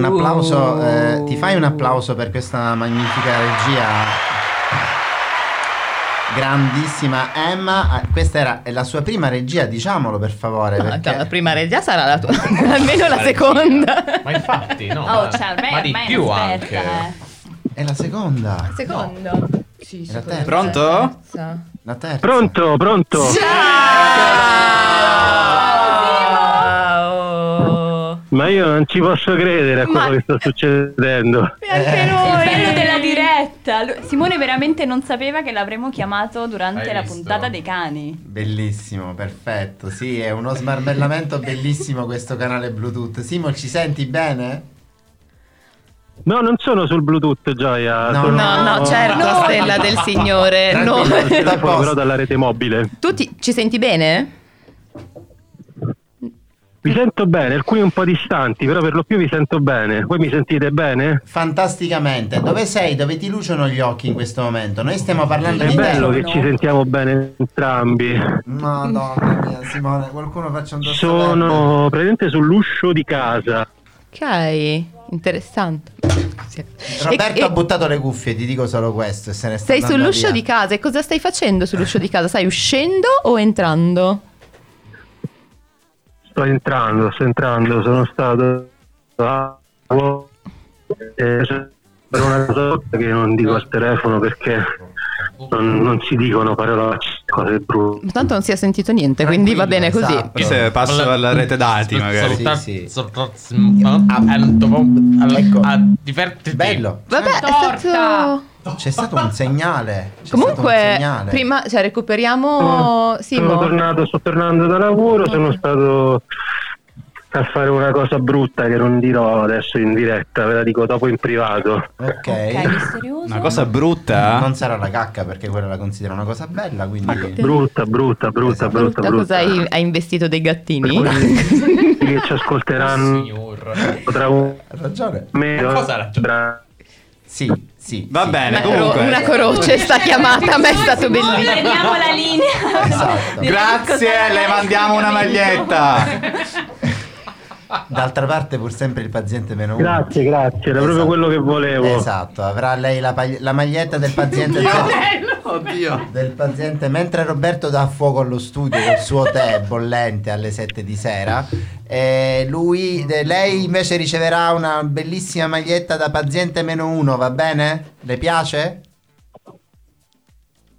[SPEAKER 1] applauso. eh, ti fai un applauso per questa magnifica regia? Grandissima Emma, Ah, questa era è la sua prima regia, diciamolo per favore.
[SPEAKER 4] No,
[SPEAKER 1] perché-
[SPEAKER 4] cioè, la prima regia sarà la tua, almeno la
[SPEAKER 3] regia.
[SPEAKER 4] seconda.
[SPEAKER 3] Ma infatti, Eh, no.
[SPEAKER 5] Oh,
[SPEAKER 3] ma,
[SPEAKER 5] cioè, ormai,
[SPEAKER 3] ma di
[SPEAKER 5] ormai
[SPEAKER 3] più
[SPEAKER 5] è
[SPEAKER 3] anche.
[SPEAKER 5] un'esperta,
[SPEAKER 1] È la seconda,
[SPEAKER 4] Secondo. Sì,
[SPEAKER 1] Era te.
[SPEAKER 2] Pronto?
[SPEAKER 1] la terza.
[SPEAKER 8] Pronto, pronto.
[SPEAKER 4] Ah, Ciao!
[SPEAKER 8] Ma io non ci posso credere a quello
[SPEAKER 5] Ma-
[SPEAKER 8] che sta succedendo.
[SPEAKER 4] E anche
[SPEAKER 5] eh.
[SPEAKER 4] noi!
[SPEAKER 5] Il bello della diretta. Lu- Simone veramente non sapeva che l'avremmo chiamato durante
[SPEAKER 3] Hai
[SPEAKER 5] la
[SPEAKER 3] visto?
[SPEAKER 5] puntata dei cani.
[SPEAKER 1] Bellissimo, perfetto. Sì, è uno smarmellamento bellissimo questo canale Bluetooth. Simo, ci senti bene?
[SPEAKER 8] No, non sono sul Bluetooth, Gioia.
[SPEAKER 1] No,
[SPEAKER 8] sono...
[SPEAKER 4] No, no, certo,
[SPEAKER 1] No.
[SPEAKER 4] stella del signore.
[SPEAKER 1] Tranquillo,
[SPEAKER 4] No.
[SPEAKER 1] tutto a
[SPEAKER 8] Telefono però
[SPEAKER 1] posto.
[SPEAKER 8] dalla rete mobile.
[SPEAKER 4] Tu ti- ci senti bene?
[SPEAKER 8] Vi sento bene, alcuni un po' distanti, però per lo più vi sento bene. Voi mi sentite bene?
[SPEAKER 1] Fantasticamente. Dove sei? Dove ti luciano gli occhi in questo momento? Noi stiamo parlando
[SPEAKER 8] È
[SPEAKER 1] di
[SPEAKER 8] bello
[SPEAKER 1] te.
[SPEAKER 8] che ci sentiamo bene entrambi.
[SPEAKER 1] Madonna mia, Simone, qualcuno faccia un dosso verde.
[SPEAKER 8] Sono praticamente sull'uscio di casa.
[SPEAKER 4] Ok, interessante. Sì.
[SPEAKER 1] Roberto
[SPEAKER 4] E- e-
[SPEAKER 1] ha buttato le cuffie, ti dico solo questo. E se ne sta
[SPEAKER 4] sei
[SPEAKER 1] andando
[SPEAKER 4] sull'uscio
[SPEAKER 1] via.
[SPEAKER 4] di casa e cosa stai facendo sull'uscio di casa? Stai uscendo o entrando?
[SPEAKER 8] Sto entrando, sto entrando, sono stato a eh, per una sorta che non dico al telefono perché non, non si dicono parolacce, cose brutte.
[SPEAKER 4] Tanto non si è sentito niente, quindi va bene
[SPEAKER 1] Tranquillo, esatto.
[SPEAKER 4] così.
[SPEAKER 2] Chi se passa alla rete dati magari.
[SPEAKER 1] Sì, sì.
[SPEAKER 3] Ah,
[SPEAKER 1] Ecco.
[SPEAKER 3] Divertiti.
[SPEAKER 1] Bello.
[SPEAKER 4] Vabbè, è
[SPEAKER 6] Torta!
[SPEAKER 4] stato...
[SPEAKER 1] C'è stato un segnale. C'è stato un
[SPEAKER 4] Comunque,
[SPEAKER 1] segnale.
[SPEAKER 4] prima, cioè, recuperiamo
[SPEAKER 8] Eh, Sono
[SPEAKER 4] Simo.
[SPEAKER 8] tornato, sto tornando da lavoro, sono stato a fare una cosa brutta che non dirò adesso in diretta, ve la dico dopo in privato.
[SPEAKER 5] Ok,
[SPEAKER 1] Ok.
[SPEAKER 5] misterioso.
[SPEAKER 2] Una cosa brutta? eh.
[SPEAKER 1] Non sarà la cacca perché quella la considera una cosa bella, quindi...
[SPEAKER 8] Brutta, brutta, brutta, brutta,
[SPEAKER 4] Brutta cosa
[SPEAKER 8] brutta.
[SPEAKER 4] hai, hai investito dei
[SPEAKER 8] Per
[SPEAKER 4] gattini?
[SPEAKER 8] quelli che ci ascolteranno
[SPEAKER 3] Signor.
[SPEAKER 8] tra un
[SPEAKER 1] Ha ragione.
[SPEAKER 8] mese.
[SPEAKER 3] Cosa ha ragione?
[SPEAKER 8] tra-
[SPEAKER 1] Sì, sì.
[SPEAKER 2] Va
[SPEAKER 1] sì.
[SPEAKER 2] bene,
[SPEAKER 4] Ma
[SPEAKER 2] comunque.
[SPEAKER 4] una croce sta chiamata, ma è stato bellissimo.
[SPEAKER 5] Prendiamo Boh, la linea.
[SPEAKER 1] Esatto.
[SPEAKER 5] Direi
[SPEAKER 2] Grazie,
[SPEAKER 5] cosa-
[SPEAKER 2] le mandiamo una maglietta.
[SPEAKER 1] D'altra parte pur sempre il paziente meno uno.
[SPEAKER 8] Grazie, grazie, era
[SPEAKER 1] Esatto.
[SPEAKER 8] proprio quello che volevo.
[SPEAKER 1] Esatto, avrà lei la, pagli- la maglietta del paziente
[SPEAKER 2] Oddio.
[SPEAKER 1] del paziente mentre Roberto dà fuoco allo studio col suo tè bollente alle 7 di sera. eh, lui, eh, lei invece riceverà una bellissima maglietta da paziente meno uno, va bene? Le piace?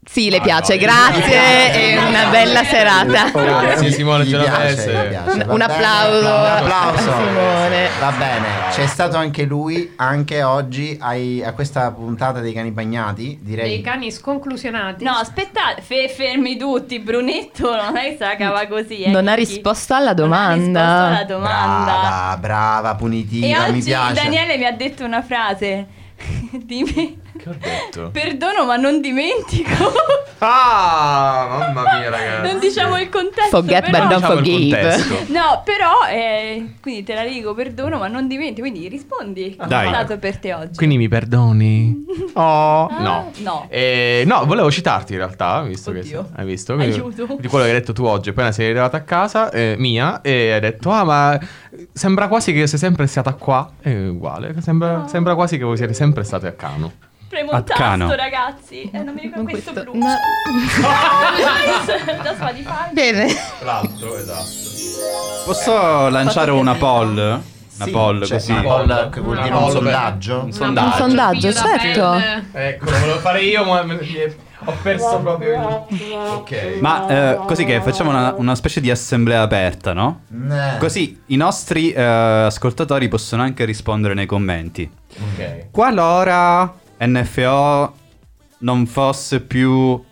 [SPEAKER 4] Sì, le piace,
[SPEAKER 3] no,
[SPEAKER 4] grazie e una bella serata.
[SPEAKER 3] Grazie Simone
[SPEAKER 1] Gli piace, gli
[SPEAKER 3] Genovese.
[SPEAKER 1] piace, va
[SPEAKER 4] Un
[SPEAKER 1] bene?
[SPEAKER 4] applauso
[SPEAKER 1] Un
[SPEAKER 4] a
[SPEAKER 1] applauso.
[SPEAKER 4] Simone.
[SPEAKER 1] Va bene, c'è stato anche lui, anche oggi ai- a questa puntata dei cani bagnati,
[SPEAKER 6] Dei
[SPEAKER 1] direi.
[SPEAKER 6] cani sconclusionati.
[SPEAKER 5] No, aspettate, fe- fermi tutti, Brunetto non è che se la cava così. eh,
[SPEAKER 4] Non ha
[SPEAKER 5] Kiki.
[SPEAKER 4] risposto alla
[SPEAKER 5] Non ha risposto alla
[SPEAKER 4] domanda.
[SPEAKER 5] domanda.
[SPEAKER 1] Brava, brava,
[SPEAKER 5] E
[SPEAKER 1] punitiva, mi
[SPEAKER 5] oggi
[SPEAKER 1] piace.
[SPEAKER 5] Daniele mi ha detto una frase. Dimmi.
[SPEAKER 3] Che ho detto?
[SPEAKER 5] Perdono ma non dimentico.
[SPEAKER 3] Ah, mamma mia ragazzi.
[SPEAKER 5] non diciamo il contesto.
[SPEAKER 4] Forget
[SPEAKER 5] però.
[SPEAKER 4] but
[SPEAKER 3] Diciamo
[SPEAKER 4] don't
[SPEAKER 3] il
[SPEAKER 4] forgive.
[SPEAKER 3] contesto.
[SPEAKER 5] No, però, eh, quindi te la dico, perdono ma non dimentico. Quindi rispondi. Che
[SPEAKER 2] Dai.
[SPEAKER 5] è stato per te oggi?
[SPEAKER 3] Quindi mi perdoni? Oh,
[SPEAKER 5] Ah,
[SPEAKER 3] no.
[SPEAKER 5] no.
[SPEAKER 3] Eh, no, volevo citarti in realtà, visto
[SPEAKER 5] Oddio.
[SPEAKER 3] che hai visto quindi-
[SPEAKER 5] Aiuto.
[SPEAKER 3] di quello che hai detto tu oggi. Appena sei arrivata a casa eh, mia e hai detto: Ah, ma sembra quasi che sei sempre stata qua. È uguale. Sembra, sembra quasi che voi siete sempre state a Cano.
[SPEAKER 5] Premo un
[SPEAKER 2] Attaccano.
[SPEAKER 5] tasto, ragazzi. Eh, non mi ricordo
[SPEAKER 4] Non
[SPEAKER 5] questo,
[SPEAKER 4] questo.
[SPEAKER 5] blu.
[SPEAKER 4] No.
[SPEAKER 5] Già so di farlo.
[SPEAKER 4] Bene.
[SPEAKER 3] L'altro, esatto.
[SPEAKER 2] Posso lanciare una poll? Una
[SPEAKER 1] Sì,
[SPEAKER 2] poll
[SPEAKER 1] cioè,
[SPEAKER 2] così.
[SPEAKER 1] Una poll che vuol
[SPEAKER 6] Una
[SPEAKER 1] dire un
[SPEAKER 6] poll
[SPEAKER 3] per-
[SPEAKER 1] sondaggio.
[SPEAKER 3] un
[SPEAKER 6] Una
[SPEAKER 4] Un
[SPEAKER 3] sondaggio.
[SPEAKER 4] sondaggio,
[SPEAKER 6] Figlio da
[SPEAKER 4] certo.
[SPEAKER 6] pelle.
[SPEAKER 3] Ecco, lo volevo fare io, ma me- ho perso proprio il. Ok.
[SPEAKER 2] Ma eh, così che facciamo una, una specie di assemblea aperta, no?
[SPEAKER 1] Eh.
[SPEAKER 2] Così i nostri eh, ascoltatori possono anche rispondere nei commenti.
[SPEAKER 3] ok.
[SPEAKER 2] Qualora NFO non fosse più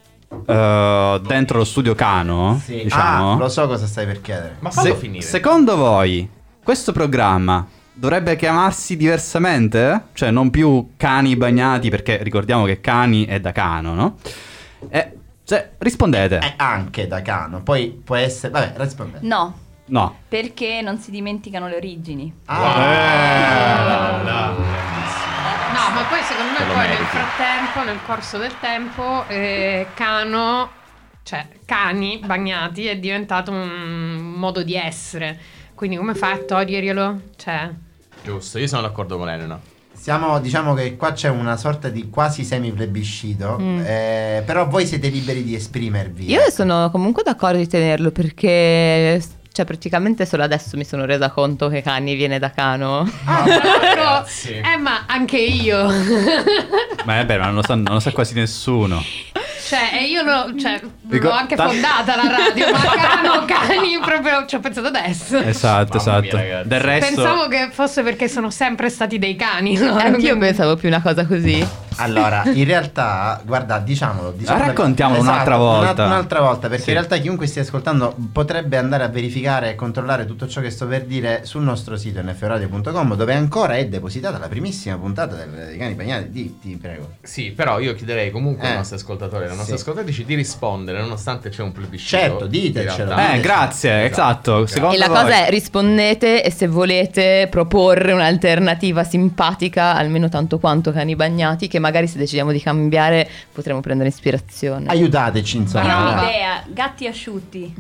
[SPEAKER 2] eh, dentro lo studio Cano,
[SPEAKER 1] Sì.
[SPEAKER 2] diciamo,
[SPEAKER 1] Ah, lo so cosa stai per chiedere.
[SPEAKER 3] Ma fallo
[SPEAKER 2] se-
[SPEAKER 3] finire.
[SPEAKER 2] secondo voi questo programma dovrebbe chiamarsi diversamente? Cioè non più Cani bagnati perché ricordiamo che Cani è da Cano, no? E cioè, rispondete.
[SPEAKER 1] È Eh, anche da cano, poi può essere... Vabbè, rispondete.
[SPEAKER 5] No,
[SPEAKER 2] No. Eh.
[SPEAKER 5] perché non si dimenticano le origini.
[SPEAKER 1] Ah.
[SPEAKER 3] Eh.
[SPEAKER 6] No, ma poi secondo me
[SPEAKER 2] Te lo
[SPEAKER 6] poi
[SPEAKER 2] meriti.
[SPEAKER 6] nel frattempo, nel corso del tempo, eh, cano, cioè cani bagnati è diventato un modo di essere. Quindi come fai a toglierglielo? Cioè,
[SPEAKER 3] Giusto, io sono d'accordo con Elena.
[SPEAKER 1] Siamo, diciamo che qua c'è una sorta di quasi semi-plebiscito,
[SPEAKER 4] Mm.
[SPEAKER 1] eh, però voi siete liberi di esprimervi.
[SPEAKER 4] Io sono comunque d'accordo di tenerlo perché... Cioè, praticamente solo adesso mi sono resa conto che Cani viene da Cano.
[SPEAKER 6] Ah, tra l'altro,
[SPEAKER 3] Ragazzi.
[SPEAKER 6] eh, ma anche io.
[SPEAKER 2] Ma è vero, non lo sa, non lo sa quasi nessuno.
[SPEAKER 6] Cioè, e io l'ho, cioè,
[SPEAKER 2] Dico,
[SPEAKER 6] l'ho anche
[SPEAKER 2] ta-
[SPEAKER 6] fondata la radio, ma cano, cani, proprio ci ho pensato adesso.
[SPEAKER 2] Esatto,
[SPEAKER 3] Mamma mia,
[SPEAKER 2] esatto.
[SPEAKER 3] ragazzi.
[SPEAKER 2] Del resto...
[SPEAKER 6] Pensavo che fosse perché sono sempre stati dei cani. no?
[SPEAKER 5] Eh,
[SPEAKER 4] Eh, Anch'io pensavo più una cosa così.
[SPEAKER 1] Allora, in realtà, guarda, diciamolo. diciamolo Esatto,
[SPEAKER 2] Raccontiamolo un'altra
[SPEAKER 1] una-
[SPEAKER 2] volta.
[SPEAKER 1] un'altra volta, perché
[SPEAKER 2] Sì.
[SPEAKER 1] in realtà chiunque stia ascoltando potrebbe andare a verificare e controllare tutto ciò che sto per dire sul nostro sito nfradio.com, dove ancora è depositata la primissima puntata del- dei cani bagnati. Di, ti prego.
[SPEAKER 3] Sì, però io chiederei comunque ai
[SPEAKER 1] Eh.
[SPEAKER 3] nostri ascoltatori e alle nostre
[SPEAKER 1] Sì.
[SPEAKER 3] ascoltatrici di rispondere, nonostante c'è un plebiscito.
[SPEAKER 1] Certo, ditecelo.
[SPEAKER 3] In realtà.
[SPEAKER 2] Eh, grazie, esatto. Secondo
[SPEAKER 4] E la
[SPEAKER 2] voi-
[SPEAKER 4] cosa è rispondete e se volete proporre un'alternativa simpatica, almeno tanto quanto cani bagnati, che magari se decidiamo di cambiare potremo prendere ispirazione.
[SPEAKER 1] Aiutateci,
[SPEAKER 5] Io
[SPEAKER 1] insomma.
[SPEAKER 5] ho
[SPEAKER 6] Brava.
[SPEAKER 5] un'idea, gatti asciutti.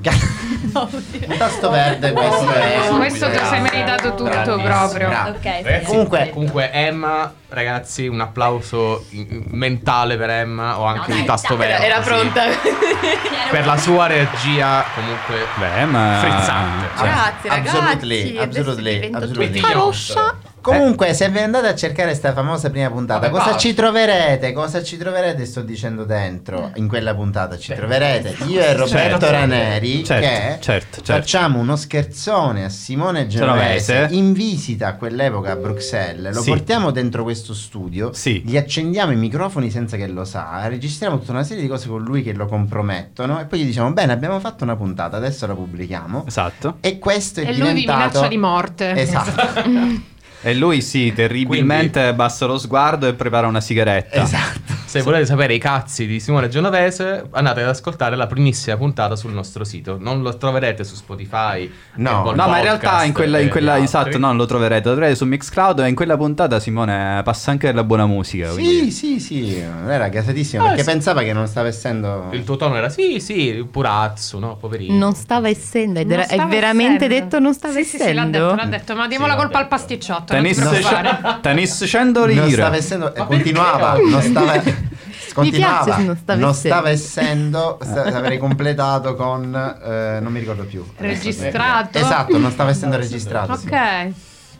[SPEAKER 1] Un tasto verde questo.
[SPEAKER 6] Eh,
[SPEAKER 1] è-
[SPEAKER 6] questo te lo sei meritato tutto
[SPEAKER 3] Bravissimo.
[SPEAKER 6] proprio.
[SPEAKER 1] Bravo.
[SPEAKER 5] Ok,
[SPEAKER 3] Ragazzi,
[SPEAKER 5] Eh, sì.
[SPEAKER 1] comunque-
[SPEAKER 3] Comunque Emma, ragazzi, un applauso in- mentale per Emma o anche
[SPEAKER 5] No,
[SPEAKER 3] un
[SPEAKER 5] dai,
[SPEAKER 3] tasto
[SPEAKER 5] dai,
[SPEAKER 3] verde.
[SPEAKER 4] Era
[SPEAKER 3] sì.
[SPEAKER 4] pronta.
[SPEAKER 3] Per la sua regia comunque
[SPEAKER 2] Beh, ma...
[SPEAKER 3] frizzante.
[SPEAKER 1] Cioè,
[SPEAKER 4] Grazie, ragazzi.
[SPEAKER 1] absolutely,
[SPEAKER 4] Adesso
[SPEAKER 1] absolutely,
[SPEAKER 4] divento
[SPEAKER 1] absolutely.
[SPEAKER 4] tutta rossa.
[SPEAKER 1] Comunque, se vi andate a cercare questa famosa prima puntata,
[SPEAKER 3] Vabbè,
[SPEAKER 1] cosa
[SPEAKER 3] basta.
[SPEAKER 1] ci troverete? Cosa ci troverete? Sto dicendo dentro, in quella puntata ci troverete io e Roberto
[SPEAKER 2] Eh. Certo.
[SPEAKER 1] Raneri
[SPEAKER 2] Certo,
[SPEAKER 1] che
[SPEAKER 2] certo, certo.
[SPEAKER 1] facciamo uno scherzone a Simone Genovese,
[SPEAKER 2] Genovese.
[SPEAKER 1] in visita a quell'epoca a Bruxelles. Lo
[SPEAKER 2] Sì.
[SPEAKER 1] portiamo dentro questo studio,
[SPEAKER 2] Sì.
[SPEAKER 1] gli accendiamo i microfoni senza che lo sa, registriamo tutta una serie di cose con lui che lo compromettono e poi gli diciamo "Bene, abbiamo fatto una puntata, adesso la pubblichiamo".
[SPEAKER 2] Esatto.
[SPEAKER 1] E questo è
[SPEAKER 6] E lui vi
[SPEAKER 1] diventato
[SPEAKER 6] minaccia di morte.
[SPEAKER 1] Esatto.
[SPEAKER 2] E lui sì, terribilmente bassa lo sguardo e prepara una sigaretta.
[SPEAKER 1] esatto.
[SPEAKER 3] Se volete sapere i cazzi di Simone Genovese, andate ad ascoltare la primissima puntata sul nostro sito. Non lo troverete su Spotify.
[SPEAKER 1] No,
[SPEAKER 3] Apple
[SPEAKER 2] No, ma in
[SPEAKER 3] Podcast
[SPEAKER 2] realtà in quella, in
[SPEAKER 3] e
[SPEAKER 2] quella
[SPEAKER 3] altri.
[SPEAKER 2] esatto, no, lo troverete, lo troverete su Mixcloud e in quella puntata Simone passa anche della buona musica.
[SPEAKER 1] Sì,
[SPEAKER 2] quindi-
[SPEAKER 1] sì, sì, era gasatissimo
[SPEAKER 3] Ah,
[SPEAKER 1] perché
[SPEAKER 3] sì.
[SPEAKER 1] pensava che non stava essendo...
[SPEAKER 3] Il tuo tono era sì, sì, purazzo, no, poverino.
[SPEAKER 4] Non stava essendo, hai
[SPEAKER 6] Non
[SPEAKER 4] vera-
[SPEAKER 6] stava
[SPEAKER 4] hai veramente
[SPEAKER 6] essendo.
[SPEAKER 4] detto non stava
[SPEAKER 6] Sì, sì,
[SPEAKER 4] essendo.
[SPEAKER 6] sì, l'ha detto, l'ha detto, ma diamo
[SPEAKER 3] Sì,
[SPEAKER 6] la
[SPEAKER 3] l'ha
[SPEAKER 6] colpa al
[SPEAKER 3] detto.
[SPEAKER 6] pasticciotto. Non ti
[SPEAKER 2] Tennis,
[SPEAKER 6] preoccupare.
[SPEAKER 2] tennis 100
[SPEAKER 1] Non stava
[SPEAKER 2] lire.
[SPEAKER 1] essendo... eh,
[SPEAKER 3] Ma
[SPEAKER 1] continuava,
[SPEAKER 3] perché?
[SPEAKER 1] non stava... Continuava,
[SPEAKER 4] piace, non stava
[SPEAKER 1] non
[SPEAKER 4] essendo.
[SPEAKER 1] stava essendo, sta- avrei completato con... eh, non mi ricordo più.
[SPEAKER 6] Registrato?
[SPEAKER 1] Esatto, non stava essendo registrato. sì.
[SPEAKER 6] Ok.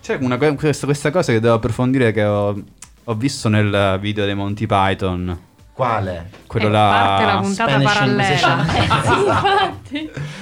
[SPEAKER 2] C'è una- questa, questa cosa che devo approfondire che ho, ho visto nel video dei Monty Python.
[SPEAKER 1] Quale?
[SPEAKER 2] Quello
[SPEAKER 6] E
[SPEAKER 2] là...
[SPEAKER 6] Eh, parte la puntata
[SPEAKER 1] Spanish
[SPEAKER 6] parallela.
[SPEAKER 1] Inquisition.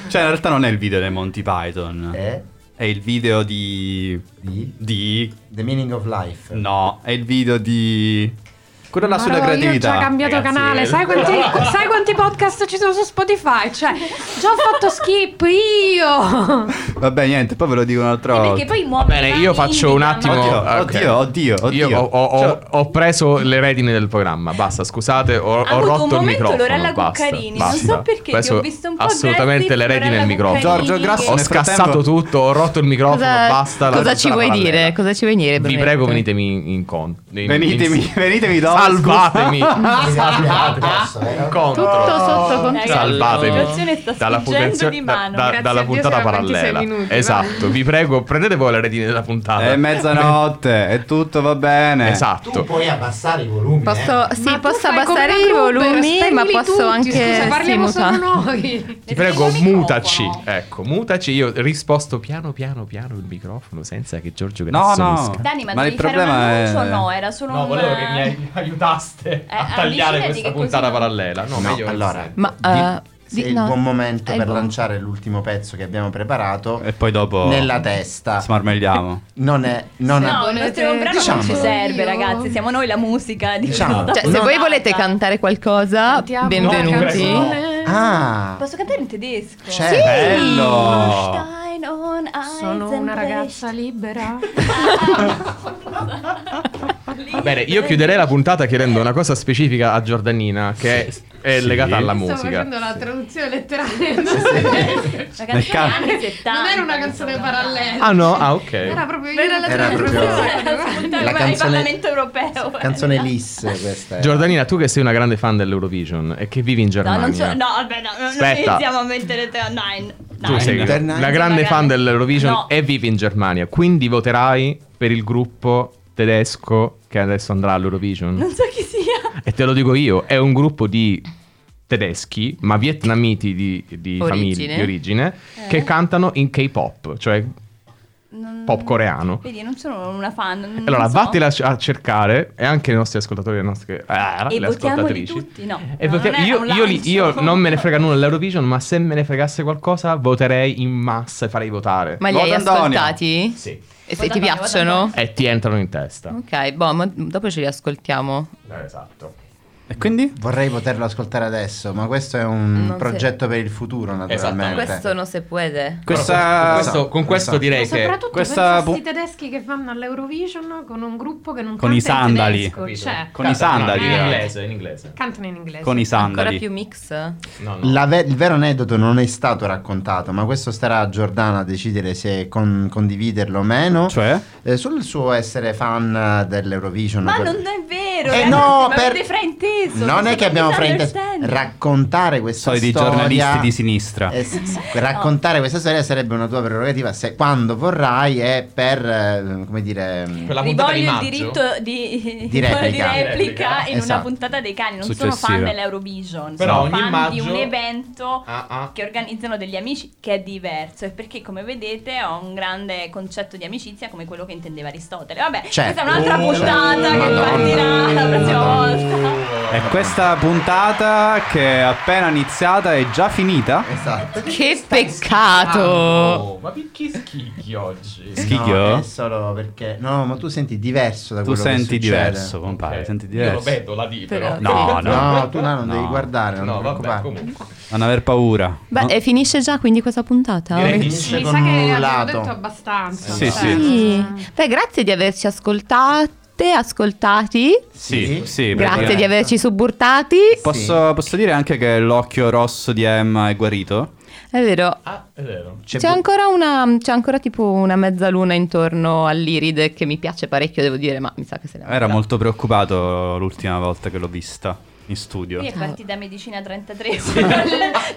[SPEAKER 2] Cioè, in realtà non è il video dei Monty Python.
[SPEAKER 1] Eh?
[SPEAKER 2] È il video di...
[SPEAKER 1] Di?
[SPEAKER 2] Di...
[SPEAKER 1] The Meaning of Life.
[SPEAKER 2] No, è il video di... Quello là
[SPEAKER 6] Ma
[SPEAKER 2] sulla
[SPEAKER 6] no, Io ho
[SPEAKER 2] creatività.
[SPEAKER 6] già cambiato
[SPEAKER 3] ragazzi,
[SPEAKER 6] canale.
[SPEAKER 3] eh.
[SPEAKER 6] Sai quanti, sai quanti podcast ci sono su Spotify? Cioè, già ho fatto skip io.
[SPEAKER 2] Vabbè, niente, poi ve lo dico un'altra
[SPEAKER 5] Eh,
[SPEAKER 2] volta.
[SPEAKER 5] perché poi
[SPEAKER 3] Va
[SPEAKER 5] muovi
[SPEAKER 3] bene,
[SPEAKER 5] i
[SPEAKER 3] io
[SPEAKER 5] mani
[SPEAKER 3] faccio un
[SPEAKER 5] in
[SPEAKER 3] attimo.
[SPEAKER 5] mano.
[SPEAKER 3] ok.
[SPEAKER 2] Oddio, oddio, oddio, oddio.
[SPEAKER 3] Io ho, ho- ho-
[SPEAKER 2] Cioè-
[SPEAKER 3] ho preso le redini del programma. Basta, scusate, ho, ho
[SPEAKER 5] Ha avuto un
[SPEAKER 3] rotto il
[SPEAKER 5] momento
[SPEAKER 3] microfono.
[SPEAKER 5] Lorella
[SPEAKER 3] basta,
[SPEAKER 5] Cuccarini, non
[SPEAKER 3] basta.
[SPEAKER 5] so perché, ti ho
[SPEAKER 3] Preso
[SPEAKER 5] visto un po'
[SPEAKER 3] Assolutamente
[SPEAKER 5] aggressive,
[SPEAKER 3] le redini del
[SPEAKER 5] Lorella
[SPEAKER 3] microfono.
[SPEAKER 5] Cuccarini.
[SPEAKER 2] Giorgio Grasso
[SPEAKER 3] Ho
[SPEAKER 2] nel frattempo-
[SPEAKER 3] scassato tutto, ho rotto il microfono.
[SPEAKER 4] Cosa,
[SPEAKER 3] basta. la-
[SPEAKER 4] cosa
[SPEAKER 3] tutta
[SPEAKER 4] ci
[SPEAKER 3] la
[SPEAKER 4] vuoi
[SPEAKER 3] paralllela.
[SPEAKER 4] dire? Cosa ci vuoi dire?
[SPEAKER 3] Vi
[SPEAKER 4] Brunetto?
[SPEAKER 3] prego, venitemi incontro.
[SPEAKER 2] Venitemi, venitemi dopo.
[SPEAKER 3] Salvatemi.
[SPEAKER 1] Posso, eh?
[SPEAKER 3] Incontro.
[SPEAKER 4] Tutto sotto
[SPEAKER 5] Ragazzi,
[SPEAKER 4] controllo.
[SPEAKER 3] Salvatemi.
[SPEAKER 5] La situazione sta
[SPEAKER 3] dalla
[SPEAKER 5] sfuggendo
[SPEAKER 3] puntazio-
[SPEAKER 5] di
[SPEAKER 3] da-
[SPEAKER 5] mano.
[SPEAKER 3] da-
[SPEAKER 6] Grazie
[SPEAKER 3] dalla
[SPEAKER 6] a Dio
[SPEAKER 3] puntata
[SPEAKER 6] siamo a 26
[SPEAKER 3] parallela.
[SPEAKER 6] minuti,
[SPEAKER 3] esatto, vi prego, prendete voi le redini della puntata.
[SPEAKER 2] È mezzanotte e tutto va bene.
[SPEAKER 1] Tu
[SPEAKER 3] Esatto.
[SPEAKER 1] puoi abbassare i volumi. eh.
[SPEAKER 4] Posso, sì,
[SPEAKER 6] Ma tu
[SPEAKER 4] posso
[SPEAKER 6] fai
[SPEAKER 4] abbassare
[SPEAKER 6] come
[SPEAKER 4] i
[SPEAKER 6] una Gruber,
[SPEAKER 4] volumi,
[SPEAKER 6] spegni
[SPEAKER 4] ma posso
[SPEAKER 6] tutti,
[SPEAKER 4] anche
[SPEAKER 6] Scusa,
[SPEAKER 4] sì,
[SPEAKER 6] parliamo
[SPEAKER 4] muta.
[SPEAKER 6] solo noi.
[SPEAKER 3] Ti prego,
[SPEAKER 5] Spegni il
[SPEAKER 3] mutaci.
[SPEAKER 5] microfono.
[SPEAKER 3] Ecco, mutaci. Io risposto piano piano piano il microfono senza che Giorgio
[SPEAKER 2] No,
[SPEAKER 3] Grasso
[SPEAKER 2] no.
[SPEAKER 3] esca.
[SPEAKER 5] Dani, ma,
[SPEAKER 2] Ma
[SPEAKER 5] devi
[SPEAKER 2] il
[SPEAKER 5] fare un
[SPEAKER 2] problema è-
[SPEAKER 5] annuncio o no? Era solo un...
[SPEAKER 3] aiutaste
[SPEAKER 5] a tagliare avvicinati questa che così puntata non-
[SPEAKER 3] parallela.
[SPEAKER 1] No, allora,
[SPEAKER 4] Ma,
[SPEAKER 1] di-
[SPEAKER 4] eh,
[SPEAKER 1] se
[SPEAKER 4] di-
[SPEAKER 1] è il
[SPEAKER 4] no.
[SPEAKER 1] buon momento
[SPEAKER 4] È il
[SPEAKER 1] per
[SPEAKER 4] buon-
[SPEAKER 1] lanciare l'ultimo pezzo che abbiamo preparato
[SPEAKER 2] E poi dopo
[SPEAKER 1] nella testa.
[SPEAKER 2] smarmelliamo.
[SPEAKER 1] Non è, non è-
[SPEAKER 5] No, il nostro brano
[SPEAKER 1] Diciamolo.
[SPEAKER 5] non ci serve,
[SPEAKER 6] Io-
[SPEAKER 5] ragazzi. Siamo noi la musica. diciamo. di
[SPEAKER 1] Diciamolo.
[SPEAKER 5] questa
[SPEAKER 4] Cioè, se
[SPEAKER 1] No.
[SPEAKER 4] voi
[SPEAKER 5] puntata.
[SPEAKER 4] volete cantare qualcosa,
[SPEAKER 6] Sentiamo la
[SPEAKER 4] Ah, benvenuti.
[SPEAKER 6] canzone.
[SPEAKER 1] Ah,
[SPEAKER 5] Posso cantare in tedesco?
[SPEAKER 1] Certo. Sì.
[SPEAKER 2] Bello!
[SPEAKER 5] Stein on
[SPEAKER 6] Sono
[SPEAKER 5] Eisen
[SPEAKER 6] una
[SPEAKER 5] Brecht.
[SPEAKER 6] ragazza libera.
[SPEAKER 3] Va bene, io chiuderei la puntata chiedendo una cosa specifica a Giordanina che è
[SPEAKER 2] Sì.
[SPEAKER 3] legata alla
[SPEAKER 6] Stavo facendo
[SPEAKER 3] musica.
[SPEAKER 6] la traduzione letterale.
[SPEAKER 5] La canzone
[SPEAKER 2] Nel
[SPEAKER 5] anni 70.
[SPEAKER 6] Non era una canzone parallela.
[SPEAKER 3] Ah no, ah
[SPEAKER 6] Era
[SPEAKER 3] ok.
[SPEAKER 6] proprio
[SPEAKER 5] Era la
[SPEAKER 1] Era proprio-
[SPEAKER 5] canzone
[SPEAKER 1] La
[SPEAKER 5] del
[SPEAKER 1] canzone-
[SPEAKER 5] Parlamento europeo.
[SPEAKER 1] canzone Liss questa. è.
[SPEAKER 3] Giordanina, tu che sei una grande fan dell'Eurovision e che vivi in
[SPEAKER 5] No, non so,
[SPEAKER 3] Germania.
[SPEAKER 5] no, vabbè, no, non
[SPEAKER 3] Aspetta.
[SPEAKER 5] iniziamo a mettere te online.
[SPEAKER 3] Tu sei
[SPEAKER 1] Interna-
[SPEAKER 3] la grande fan dell'Eurovision
[SPEAKER 5] No.
[SPEAKER 3] e vivi in Germania, quindi voterai per il gruppo tedesco che adesso andrà all'Eurovision.
[SPEAKER 5] Non so chi sia.
[SPEAKER 3] E te lo dico io, è un gruppo di tedeschi, ma vietnamiti di, di
[SPEAKER 4] Origine.
[SPEAKER 3] famiglia di origine,
[SPEAKER 5] Eh.
[SPEAKER 3] che cantano in K-pop, cioè
[SPEAKER 5] Non-
[SPEAKER 3] pop coreano.
[SPEAKER 5] Vedi, non sono una fan. non-
[SPEAKER 3] Allora,
[SPEAKER 5] non so.
[SPEAKER 3] vattela a- a cercare, e anche i nostri ascoltatori e le nostre ah,
[SPEAKER 5] E
[SPEAKER 3] le
[SPEAKER 5] votiamoli
[SPEAKER 3] ascoltatrici.
[SPEAKER 5] tutti. No.
[SPEAKER 3] E
[SPEAKER 5] no,
[SPEAKER 3] votia-
[SPEAKER 5] non è
[SPEAKER 3] io,
[SPEAKER 5] online,
[SPEAKER 3] io li- io
[SPEAKER 5] sono-
[SPEAKER 3] non me ne frega nulla dell'Eurovision, ma se me ne fregasse qualcosa, voterei in massa e farei votare.
[SPEAKER 4] Ma li hai
[SPEAKER 2] Vota Antonio.
[SPEAKER 4] ascoltati?
[SPEAKER 3] Sì.
[SPEAKER 4] E se
[SPEAKER 5] Vota
[SPEAKER 4] ti
[SPEAKER 5] Antonio,
[SPEAKER 4] piacciono?
[SPEAKER 3] E ti entrano in testa.
[SPEAKER 5] Mm.
[SPEAKER 4] Ok, boh, ma dopo ce li ascoltiamo.
[SPEAKER 3] esatto.
[SPEAKER 2] E quindi?
[SPEAKER 1] Vorrei poterlo ascoltare adesso, ma questo è un
[SPEAKER 4] Non si-
[SPEAKER 1] progetto per il futuro, naturalmente.
[SPEAKER 4] Questo non si può.
[SPEAKER 2] Questa...
[SPEAKER 3] questo, con questo
[SPEAKER 1] Esatto.
[SPEAKER 3] direi che...
[SPEAKER 6] Soprattutto
[SPEAKER 2] questa
[SPEAKER 6] pensa a
[SPEAKER 2] bu-
[SPEAKER 6] sti tedeschi che vanno all'Eurovision con un gruppo che non
[SPEAKER 2] Con i
[SPEAKER 6] canta in
[SPEAKER 2] sandali.
[SPEAKER 6] tedesco, cioè,
[SPEAKER 2] Con i sandali,
[SPEAKER 6] eh.
[SPEAKER 3] in inglese.
[SPEAKER 6] cantano in inglese.
[SPEAKER 2] Con i
[SPEAKER 4] Ancora
[SPEAKER 2] sandali.
[SPEAKER 4] più mix?
[SPEAKER 3] No, no.
[SPEAKER 1] La ve- il vero aneddoto non è stato raccontato, ma questo starà a Giordana a decidere se con- condividerlo o meno.
[SPEAKER 2] Cioè?
[SPEAKER 1] Eh, sul suo essere fan eh, dell'Eurovision.
[SPEAKER 5] Ma
[SPEAKER 1] quel-
[SPEAKER 5] non è vero.
[SPEAKER 1] Eh
[SPEAKER 5] ragazzi,
[SPEAKER 1] no,
[SPEAKER 5] ma
[SPEAKER 1] per-
[SPEAKER 5] avete frainteso.
[SPEAKER 1] Non è che abbiamo frainteso.
[SPEAKER 5] Raccontato.
[SPEAKER 1] Raccontare questa
[SPEAKER 2] Soliti
[SPEAKER 1] storia.
[SPEAKER 2] giornalisti di sinistra.
[SPEAKER 1] Eh, s- s- raccontare questa storia sarebbe una tua prerogativa se quando vorrai è per eh, come dire
[SPEAKER 3] Per la puntata di
[SPEAKER 5] Rivoglio il
[SPEAKER 3] maggio.
[SPEAKER 5] diritto di,
[SPEAKER 1] Di replica.
[SPEAKER 5] di replica in
[SPEAKER 1] Esatto.
[SPEAKER 5] una puntata dei cani. Non sono fan
[SPEAKER 2] Successiva.
[SPEAKER 5] dell'Eurovision,
[SPEAKER 3] Però
[SPEAKER 5] sono
[SPEAKER 3] ogni
[SPEAKER 5] fan di
[SPEAKER 3] maggio-
[SPEAKER 5] un evento
[SPEAKER 3] Ah, ah.
[SPEAKER 5] che organizzano degli amici che è diverso. E perché, come vedete, ho un grande concetto di amicizia come quello che intendeva Aristotele. Vabbè,
[SPEAKER 1] Certo.
[SPEAKER 5] questa è un'altra
[SPEAKER 1] Oh,
[SPEAKER 5] puntata
[SPEAKER 3] certo.
[SPEAKER 5] che
[SPEAKER 1] Madonna.
[SPEAKER 5] partirà la prossima volta.
[SPEAKER 2] E questa puntata che è appena iniziata è già finita?
[SPEAKER 1] esatto
[SPEAKER 4] Che peccato!
[SPEAKER 3] Ah, ma perché schicchi oggi?
[SPEAKER 2] Schicchio?
[SPEAKER 1] No, è solo perché no ma tu senti diverso da
[SPEAKER 2] tu
[SPEAKER 1] quello che
[SPEAKER 2] senti
[SPEAKER 1] succede.
[SPEAKER 2] diverso, compare, senti diverso.
[SPEAKER 3] la D
[SPEAKER 4] però.
[SPEAKER 2] No, no,
[SPEAKER 1] No, tu là non
[SPEAKER 2] No.
[SPEAKER 1] devi guardare, non ti preoccupare.
[SPEAKER 2] non aver paura.
[SPEAKER 4] Beh, eh,
[SPEAKER 2] No?
[SPEAKER 4] e finisce già quindi questa puntata?
[SPEAKER 3] Direi di
[SPEAKER 1] Finisce
[SPEAKER 6] Mi
[SPEAKER 1] con
[SPEAKER 6] sa che
[SPEAKER 1] un
[SPEAKER 6] abbiamo
[SPEAKER 1] lato.
[SPEAKER 6] detto abbastanza.
[SPEAKER 2] Sì,
[SPEAKER 6] cioè,
[SPEAKER 4] Sì. Beh, grazie di averci ascoltate, ascoltati.
[SPEAKER 2] Sì, sì,
[SPEAKER 4] Grazie
[SPEAKER 2] praticamente.
[SPEAKER 4] di averci suburtati.
[SPEAKER 2] Posso, posso dire anche che l'occhio rosso di Emma è guarito?
[SPEAKER 4] È vero.
[SPEAKER 3] Ah, è vero.
[SPEAKER 1] C'è
[SPEAKER 4] C'è
[SPEAKER 1] bu-
[SPEAKER 4] ancora, una, c'è ancora tipo una mezzaluna intorno all'iride che mi piace parecchio, devo dire, ma mi sa che se ne
[SPEAKER 2] Era molto preoccupato l'ultima volta che l'ho vista in studio.
[SPEAKER 5] Qui è partita medicina 33,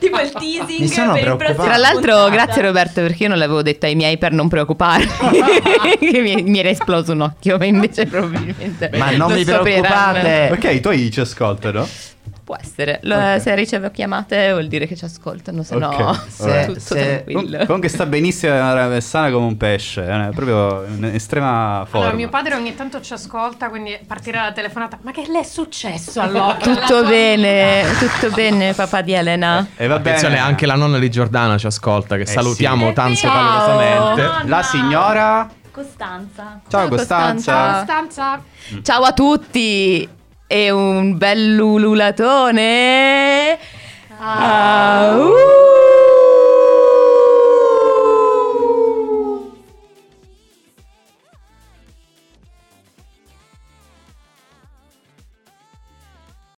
[SPEAKER 5] tipo il teasing.
[SPEAKER 1] Mi sono
[SPEAKER 5] per il
[SPEAKER 1] preoccupato.
[SPEAKER 5] prossimo
[SPEAKER 4] Tra l'altro,
[SPEAKER 5] puntata.
[SPEAKER 4] grazie Roberto, perché io non l'avevo detto ai miei per non preoccuparmi. che mi, mi era esploso un occhio, ma invece probabilmente.
[SPEAKER 1] Ma non
[SPEAKER 4] lo
[SPEAKER 1] vi
[SPEAKER 4] scopriranno.
[SPEAKER 3] Eh.
[SPEAKER 1] preoccupate.
[SPEAKER 2] Ok, i tuoi ci ascoltano?
[SPEAKER 4] Può essere. Lo- Se ricevo chiamate vuol dire che ci ascoltano, se no
[SPEAKER 2] Ok.
[SPEAKER 1] Alright.
[SPEAKER 4] tutto
[SPEAKER 1] Se-
[SPEAKER 2] Com-
[SPEAKER 4] tranquillo.
[SPEAKER 2] Comunque sta benissimo, è sana come un pesce, eh, è proprio in estrema forma.
[SPEAKER 6] Allora, mio padre ogni tanto ci ascolta, quindi partirà la telefonata. Ma che le è successo all'occhio?
[SPEAKER 4] Tutto bene, tutto bene papà di Elena.
[SPEAKER 2] E va
[SPEAKER 3] Attenzione,
[SPEAKER 2] bene.
[SPEAKER 3] anche la nonna di Giordana ci ascolta, che
[SPEAKER 2] sì.
[SPEAKER 3] salutiamo
[SPEAKER 5] È
[SPEAKER 3] tanto
[SPEAKER 5] vero.
[SPEAKER 3] calorosamente.
[SPEAKER 5] Ciao.
[SPEAKER 2] La signora...
[SPEAKER 5] Costanza.
[SPEAKER 2] Ciao
[SPEAKER 4] Ciao,
[SPEAKER 2] Costanza.
[SPEAKER 4] Costanza.
[SPEAKER 6] Abbastanza.
[SPEAKER 4] Mm. Ciao a tutti e un bell'ululatone. Au!